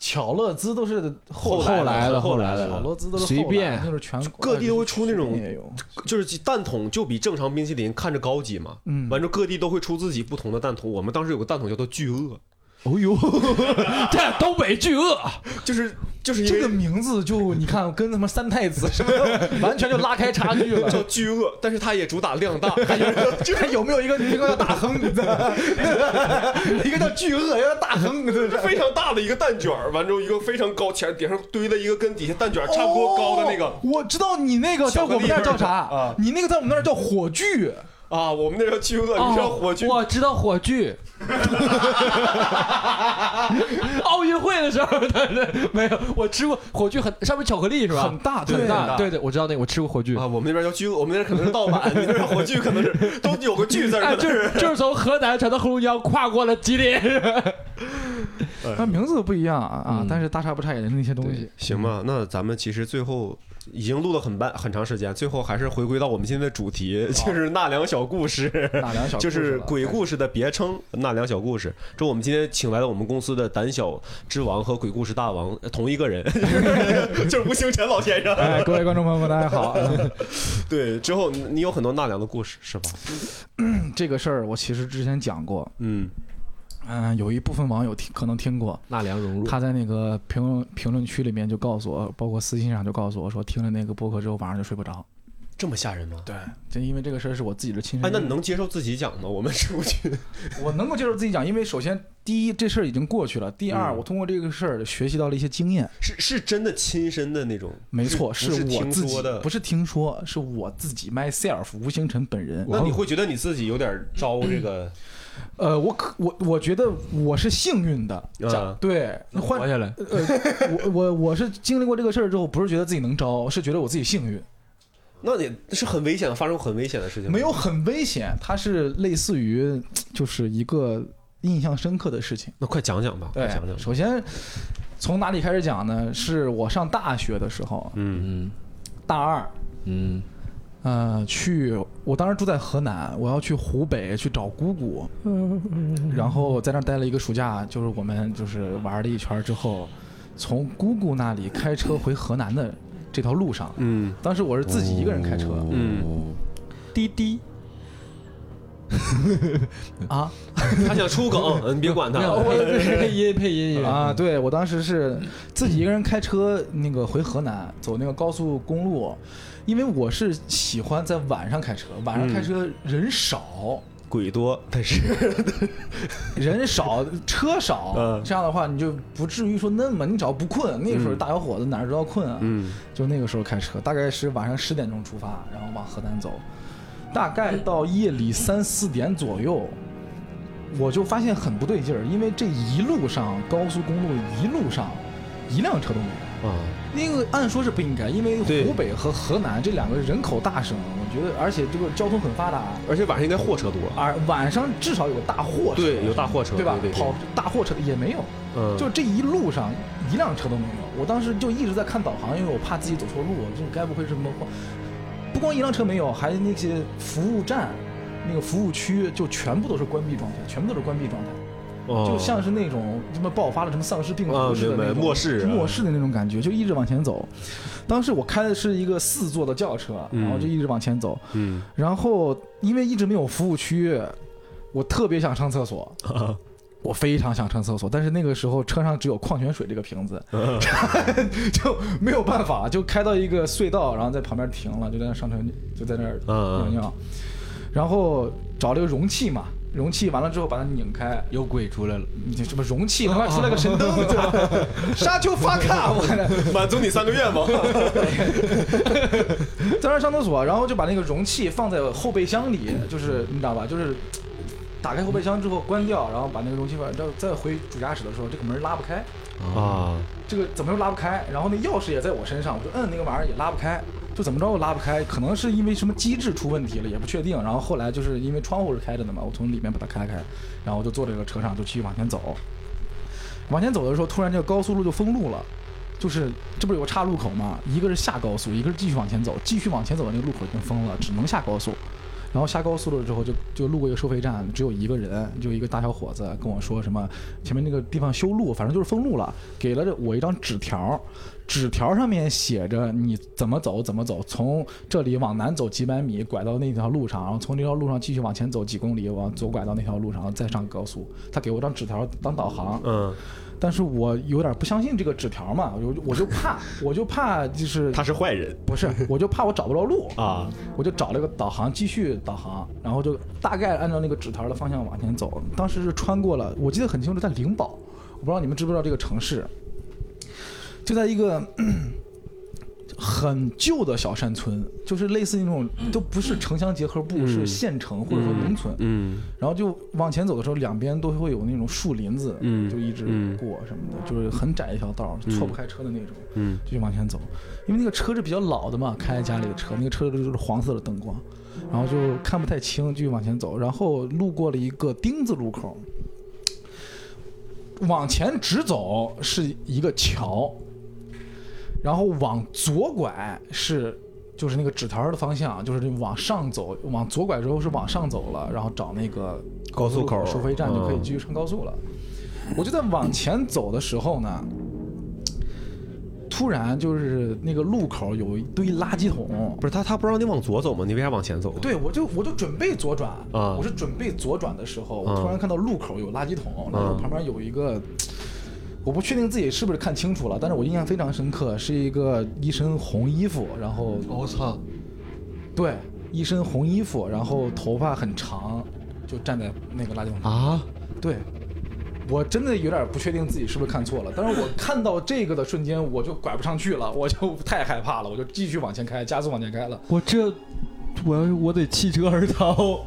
Speaker 5: 巧乐兹都是后
Speaker 3: 后
Speaker 5: 来
Speaker 4: 后来了
Speaker 3: 后来
Speaker 5: 巧乐
Speaker 3: 了，
Speaker 5: 兹都是
Speaker 4: 随
Speaker 5: 后来
Speaker 4: 便
Speaker 5: 就是全国
Speaker 3: 各地都会出那种
Speaker 5: 也有，
Speaker 3: 就是蛋筒就比正常冰淇淋看着高级嘛。
Speaker 5: 嗯，
Speaker 3: 完之后各地都会出自己不同的蛋筒，我们当时有个蛋筒叫做巨鳄，
Speaker 4: 哦呦， [LAUGHS] 这东北巨鳄，
Speaker 3: 就是就是因
Speaker 5: 这
Speaker 3: 为
Speaker 5: 个名字就你看跟他妈三太子什么的完全就拉开差距了。
Speaker 3: 叫巨鳄，但是它也主打量大，还有
Speaker 5: 这还有没有一个一个叫大亨的，一个叫巨鳄，一个叫大亨的，
Speaker 3: 非常大的一个蛋卷儿，完之后一个非常高，前顶上堆了一个跟底下蛋卷儿 [LAUGHS] 差不多高的那个、
Speaker 5: 哦我知道你那个在
Speaker 3: 巧
Speaker 5: 我
Speaker 3: 克
Speaker 5: 们
Speaker 3: 力
Speaker 5: 那儿
Speaker 3: 味儿
Speaker 5: 叫
Speaker 3: 的
Speaker 5: 啥
Speaker 3: 啊？
Speaker 5: 你那个在我们那儿叫火炬，
Speaker 3: 啊，我们那叫巨鳄，你知道火炬、
Speaker 4: 哦我知道火炬。奥运会的时候，对对，没有，我吃过火炬很，上面巧克力是吧？
Speaker 5: 很大对
Speaker 4: 很
Speaker 5: 很
Speaker 4: 大，
Speaker 3: 大
Speaker 4: 对对，我知道那个，我吃过火炬。
Speaker 3: 啊，我们那边叫巨鳄，我们那边可能是盗版，你那边火炬可能是都有个巨字
Speaker 4: 哎，
Speaker 3: 儿，
Speaker 4: 就
Speaker 3: 可能
Speaker 4: 是就是从河南传到黑龙江，跨过了吉林。
Speaker 5: 但名字不一样啊啊
Speaker 4: 嗯！
Speaker 5: 但是大差不差也是那些东西。
Speaker 3: 行吧，那咱们其实最后已经录了很半很长时间，最后还是回归到我们今天的主题， [LAUGHS] 就是纳凉小故事。
Speaker 5: 哪两小
Speaker 3: 就是鬼
Speaker 5: 故事
Speaker 3: 故事的别称，纳凉小故事。这我们今天请来了我们公司的胆小之王和鬼故事大王呃同一个人，就是吴兴辰老先
Speaker 5: [LAUGHS]
Speaker 3: 生。
Speaker 5: 了？哎，各位观众朋友们，大家好。嗯
Speaker 3: 对，之后你你有很多纳凉的故事是吧？
Speaker 5: 这个事儿我其实之前讲过，
Speaker 3: 嗯，
Speaker 5: 嗯，有一部分网友听可能听过，
Speaker 4: 纳凉融入
Speaker 5: 他在那个评论评论区里面就告诉我，包括私信上就告诉我说，听了那个播客之后晚上就睡不着。
Speaker 3: 这么吓人吗？
Speaker 5: 对，就因为这个事儿是我自己的亲身。
Speaker 3: 哎，那你能接受自己讲吗？我们出去 [LAUGHS]
Speaker 5: 我能够接受自己讲，因为首先第一，这事儿已经过去了；第二，
Speaker 3: 嗯
Speaker 5: 我通过这个事儿学习到了一些经验。
Speaker 3: 是是真的亲身的那种，
Speaker 5: 没错，
Speaker 3: 是不
Speaker 5: 我
Speaker 3: 听
Speaker 5: 自己
Speaker 3: 说，的
Speaker 5: 不。是听说，是我自己 myself 吴星辰本人。
Speaker 3: 那你会觉得你自己有点招这个？
Speaker 5: 呃，我可我我觉得我是幸运的，
Speaker 3: 啊
Speaker 5: 对，那换
Speaker 4: 活下来。
Speaker 5: 呃，我我我是经历过这个事儿之后，不是觉得自己能招，是觉得我自己幸运，
Speaker 3: 那你是很危险的，发生很危险的事情吗。
Speaker 5: 没有很危险，它是类似于就是一个印象深刻的事情。
Speaker 3: 那快讲讲吧，快
Speaker 5: 对
Speaker 3: 讲讲，吧。
Speaker 5: 首先从哪里开始讲呢？是我上大学的时候，
Speaker 3: 嗯
Speaker 4: 嗯
Speaker 5: 大二，
Speaker 4: 嗯
Speaker 5: 呃，去我当时住在河南，我要去湖北去找姑姑，然后在那儿待了一个暑假，就是我们就是玩了一圈之后，从姑姑那里开车回河南的这条路上，
Speaker 3: 嗯
Speaker 5: 当时我是自己一个人开车
Speaker 1: 哦
Speaker 3: 嗯，
Speaker 4: 滴滴
Speaker 5: 啊
Speaker 3: 他想出梗，你别管他
Speaker 4: 没。有配配音配音员
Speaker 5: 啊，对我当时是自己一个人开车那个回河南，走那个高速公路，因为我是喜欢在晚上开车，晚上开车人少。
Speaker 3: 鬼多，但是
Speaker 5: 人少车少
Speaker 3: 嗯，
Speaker 5: 这样的话你就不至于说那么，你只要不困，那时候大小伙子哪知道困啊？
Speaker 3: 嗯
Speaker 5: 就那个时候开车，大概是晚上十点钟出发，然后往河南走，大概到夜里三四点左右，我就发现很不对劲儿，因为这一路上高速公路一路上一辆车都没有。
Speaker 3: 啊，
Speaker 5: 那个按说是不应该，因为
Speaker 3: 对
Speaker 5: 湖北和河南这两个人口大省，我觉得而且这个交通很发达，
Speaker 3: 而且晚上应该货车多。
Speaker 5: 而晚上至少有个大货车，
Speaker 3: 对，有大货车，
Speaker 5: 对吧？
Speaker 3: 对对
Speaker 5: 跑大货车也没有，
Speaker 3: 嗯，
Speaker 5: 就这一路上一辆车都没有。我当时就一直在看导航，因为我怕自己走错路，我就该不会是什么晃。不光一辆车没有，还那些服务站、那个服务区就全部都是关闭状态，全部都是关闭状态。
Speaker 3: 哦
Speaker 5: 就像是那种什么爆发了什么丧尸病
Speaker 3: 啊
Speaker 5: 毒似的
Speaker 3: 明白
Speaker 5: 那种
Speaker 3: 末世啊
Speaker 5: 末世的那种感觉，就一直往前走。当时我开的是一个四座的轿车，
Speaker 3: 嗯
Speaker 5: 然后就一直往前走，
Speaker 3: 嗯，
Speaker 5: 然后因为一直没有服务区，我特别想上厕所。
Speaker 3: [LAUGHS]
Speaker 5: 我非常想上厕所，但是那个时候车上只有矿泉水这个瓶子， [LAUGHS] 就没有办法，就开到一个隧道，然后在旁边停了，就在那上车，就在那儿
Speaker 3: 嗯
Speaker 5: 尿
Speaker 3: 嗯
Speaker 5: 尿，然后找了个容器嘛，容器完了之后把它拧开，
Speaker 4: 有鬼出来了，
Speaker 5: 你这什么容器，他妈出来个神灯，
Speaker 3: [LAUGHS]
Speaker 5: 对吧？沙丘发卡，我看着
Speaker 3: 满足你三个愿望。
Speaker 5: [LAUGHS] 在那儿上厕所，然后就把那个容器放在后备箱里，就是你知道吧？就是打开后备箱之后关掉，然后把那个容器放，然后再回主驾驶的时候，这个门拉不开，
Speaker 3: 啊，
Speaker 5: 这个怎么又拉不开？然后那钥匙也在我身上，我就摁那个玩意儿也拉不开，就怎么着我拉不开，可能是因为什么机制出问题了，也不确定。然后后来就是因为窗户是开着的嘛，我从里面把它开开，然后我就坐这个车上就去往前走。往前走的时候，突然这个高速路就封路了，就是这不是有个岔路口吗？一个是下高速，一个是继续往前走，继续往前走的那个路口已经封了，只能下高速。然后下高速了之后就，就路过一个收费站，只有一个人，就一个大小伙子跟我说什么，前面那个地方修路，反正就是封路了，给了我一张纸条，纸条上面写着你怎么走怎么走，从这里往南走几百米，拐到那条路上，然后从这条路上继续往前走几公里，往左拐到那条路上，然后再上高速。他给我张纸条当导航，
Speaker 3: 嗯，
Speaker 5: 但是我有点不相信这个纸条嘛，我就我就怕，我就怕就是
Speaker 3: 他是坏人 [LAUGHS]
Speaker 5: 不是，我就怕我找不着路
Speaker 3: 啊，
Speaker 5: 我就找了个导航继续导航，然后就大概按照那个纸条的方向往前走。当时是穿过了，我记得很清楚，在灵宝，我不知道你们知不知道这个城市，就在一个嗯很旧的小山村，就是类似那种都不是城乡结合部，是县城或者说农村。
Speaker 3: 嗯
Speaker 5: 然后就往前走的时候，两边都会有那种树林子，
Speaker 3: 嗯
Speaker 5: 就一直
Speaker 3: 嗯
Speaker 5: 过什么的，就是很窄一条道，错不开车的那种。
Speaker 3: 嗯，
Speaker 5: 继续往前走，因为那个车是比较老的嘛，开家里的车，那个车就是黄色的灯光，然后就看不太清，继续往前走，然后路过了一个丁字路口，往前直走是一个桥，然后往左拐是。就是那个纸条的方向，就是往上走，往左拐之后是往上走了，然后找那个
Speaker 3: 高速口
Speaker 5: 收费站就可以
Speaker 3: 嗯
Speaker 5: 继续上高速了。我就在往前走的时候呢，突然就是那个路口有一堆垃圾桶，
Speaker 3: 不是他，他不让你往左走吗？你为啥往前走？，
Speaker 5: 对我就我就准备左转，
Speaker 3: 啊
Speaker 5: 我是准备左转的时候，我
Speaker 3: 啊
Speaker 5: 突然看到路口有垃圾桶，然后旁边有一个。我不确定自己是不是看清楚了，但是我印象非常深刻，是一个一身红衣服，然后
Speaker 4: 我操，
Speaker 5: 对一身红衣服，然后头发很长，就站在那个垃圾桶旁边
Speaker 4: 啊，
Speaker 5: 对，我真的有点不确定自己是不是看错了。但是我看到这个的瞬间，我就拐不上去了，我就太害怕了，我就继续往前开，加速往前开了。
Speaker 4: 我这我我得弃车而逃，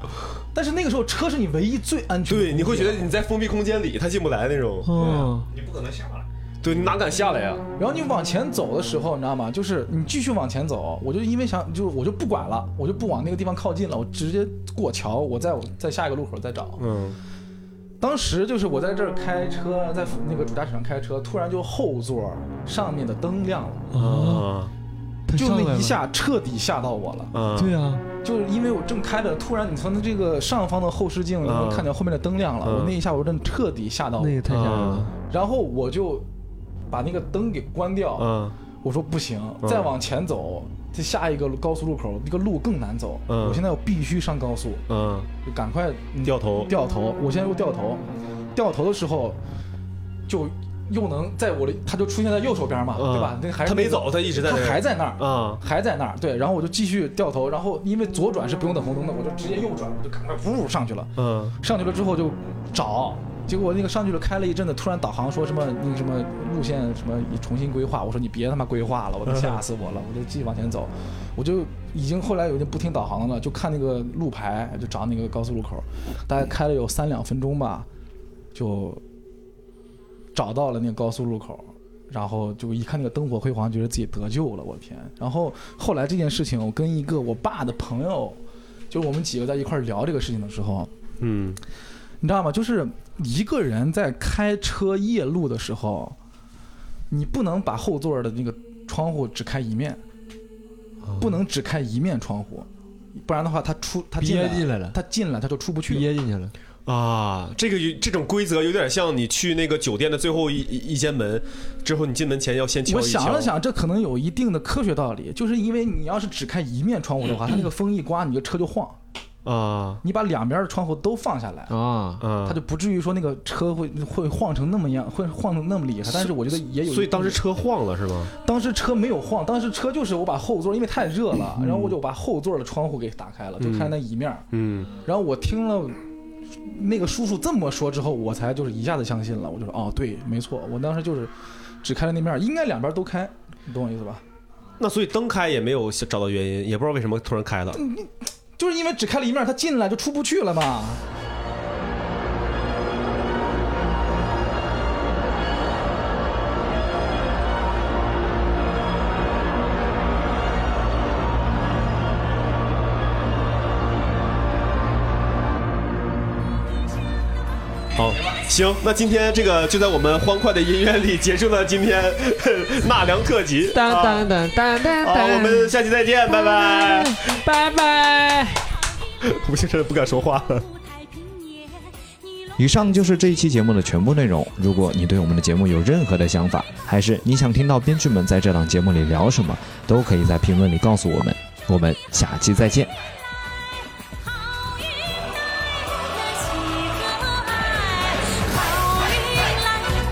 Speaker 5: 但是那个时候车是你唯一最安全的，
Speaker 3: 对，你会觉得。你在封闭空间里，他进不来那种。
Speaker 4: 嗯，
Speaker 6: 你不可能下来。
Speaker 3: 对你哪敢下来呀？
Speaker 5: 然后你往前走的时候，你知道吗？就是你继续往前走，我就因为想，就是我就不管了，我就不往那个地方靠近了，我直接过桥，我在我在下一个路口再找。
Speaker 3: 嗯，
Speaker 5: 当时就是我在这儿开车，在那个主驾驶上开车，突然就后座上面的灯亮了，
Speaker 3: 啊
Speaker 4: 嗯他
Speaker 5: 就
Speaker 4: 上来
Speaker 5: 那
Speaker 4: 了
Speaker 5: 一，下彻底吓到我了。
Speaker 3: 啊，
Speaker 4: 对啊，
Speaker 5: 就是因为我正开着，突然你从它这个上方的后视镜，你能
Speaker 3: 嗯
Speaker 5: 看见后面的灯亮了。
Speaker 3: 嗯
Speaker 5: 我那一下，我真的彻底吓到我
Speaker 4: 那，也太吓人
Speaker 3: 啊
Speaker 4: 了，
Speaker 5: 然后我就把那个灯给关掉。
Speaker 3: 啊
Speaker 5: 我说不行，
Speaker 3: 嗯
Speaker 5: 再往前走，这下一个高速路口，那个路更难走。
Speaker 3: 嗯
Speaker 5: 我现在我必须上高速，
Speaker 3: 啊，
Speaker 5: 就赶快嗯
Speaker 3: 掉头
Speaker 5: 掉头。我现在又掉头，掉头的时候就又能在我的，它就出现在右手边嘛，
Speaker 3: 嗯
Speaker 5: 对吧？那还是
Speaker 3: 他没走，他一直在
Speaker 5: 他
Speaker 3: 那儿
Speaker 5: 还在那儿。
Speaker 3: 啊
Speaker 5: 还在那儿，对，然后我就继续掉头，然后因为左转是不用等红灯的，我就直接右转，我就赶快呜上去了。
Speaker 3: 嗯
Speaker 5: 上去了之后就找，结果那个上去了开了一阵子，突然导航说什么那个什么路线什么你重新规划，我说你别他妈规划了，我都吓死我了，我就继续往前走，我就已经后来有点不听导航了，就看那个路牌，就找那个高速路口，大概开了有三两分钟吧，就找到了那个高速路口，然后就一看那个灯火辉煌，觉得自己得救了，我的天！然后后来这件事情，我跟一个我爸的朋友，就是我们几个在一块儿聊这个事情的时候，
Speaker 3: 嗯
Speaker 5: 你知道吗？就是一个人在开车夜路的时候，你不能把后座的那个窗户只开一面，不能只开一面窗户，不然的话他出他进来
Speaker 4: 憋进来了
Speaker 5: 他进来他就出不去了。
Speaker 4: 憋进去了，
Speaker 3: 啊，这个有这种规则有点像你去那个酒店的最后一一一间门，之后你进门前要先敲
Speaker 5: 我
Speaker 3: 一敲。
Speaker 5: 想了想，这可能有一定的科学道理，就是因为你要是只开一面窗户
Speaker 3: [LAUGHS]
Speaker 5: 的话，它那个风一刮，你这车就晃。
Speaker 3: 啊，
Speaker 5: 你把两边的窗户都放下来，
Speaker 4: 啊，
Speaker 3: 嗯
Speaker 5: 它就不至于说那个车会会晃成那么样，会晃成那么厉害。但是我觉得也有一定的，
Speaker 3: 所以当时车晃了是吗？
Speaker 5: 当时车没有晃，当时车就是我把后座，因为太热了，然后我就把后座的窗户给打开了，就看那一面儿。
Speaker 3: 嗯，
Speaker 5: 然后我听了那个叔叔这么说之后，我才就是一下子相信了。我就说哦，对，没错，我当时就是只开了那面儿，应该两边都开，你懂我意思吧？
Speaker 3: 那所以灯开也没有找到原因，也不知道为什么突然开了。
Speaker 5: 就是因为只开了一面儿，他进来就出不去了嘛。
Speaker 3: 好，行，那今天这个就在我们欢快的音乐里结束了今天呃纳凉特辑。
Speaker 4: 当
Speaker 3: 啊
Speaker 4: 当当当当
Speaker 3: 好，我
Speaker 4: 当，
Speaker 3: 们下期再见，拜拜。
Speaker 4: 拜拜。
Speaker 3: [LAUGHS] 我现在不敢说话了。
Speaker 1: 以上就是这一期节目的全部内容。如果你对我们的节目有任何的想法，还是你想听到编剧们在这档节目里聊什么，都可以在评论里告诉我们。我们下期再见。
Speaker 7: 好运来，喜和爱，好运来，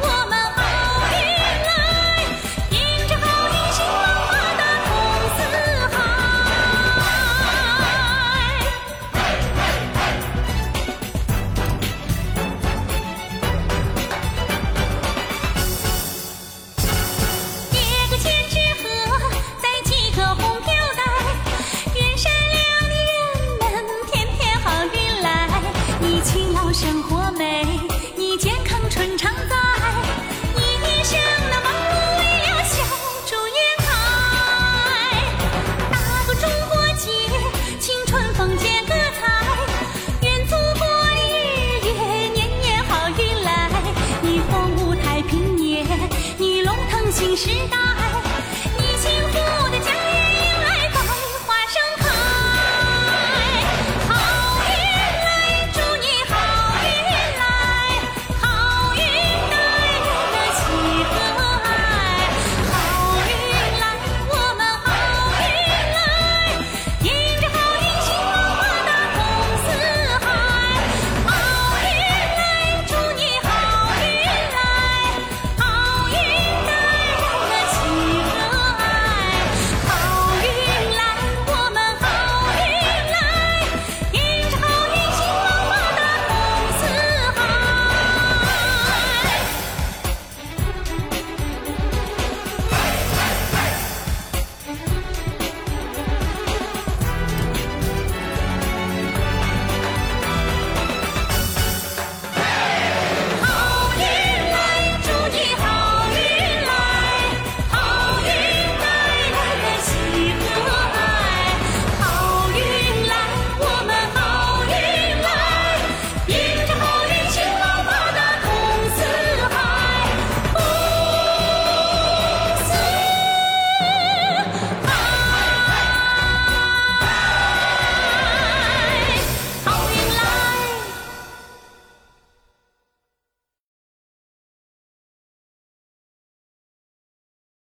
Speaker 7: 我们好运来，迎着好运兴旺发达通四海。叠个千纸鹤，载几个红飘带，愿善良的人们天天好运来。你勤劳生活美，你健康春常在，你一生的忙碌为了笑逐颜开。打个中国结，青春风剪个彩，愿祖国日月年年好运来。你凤舞太平年，你龙腾新时代。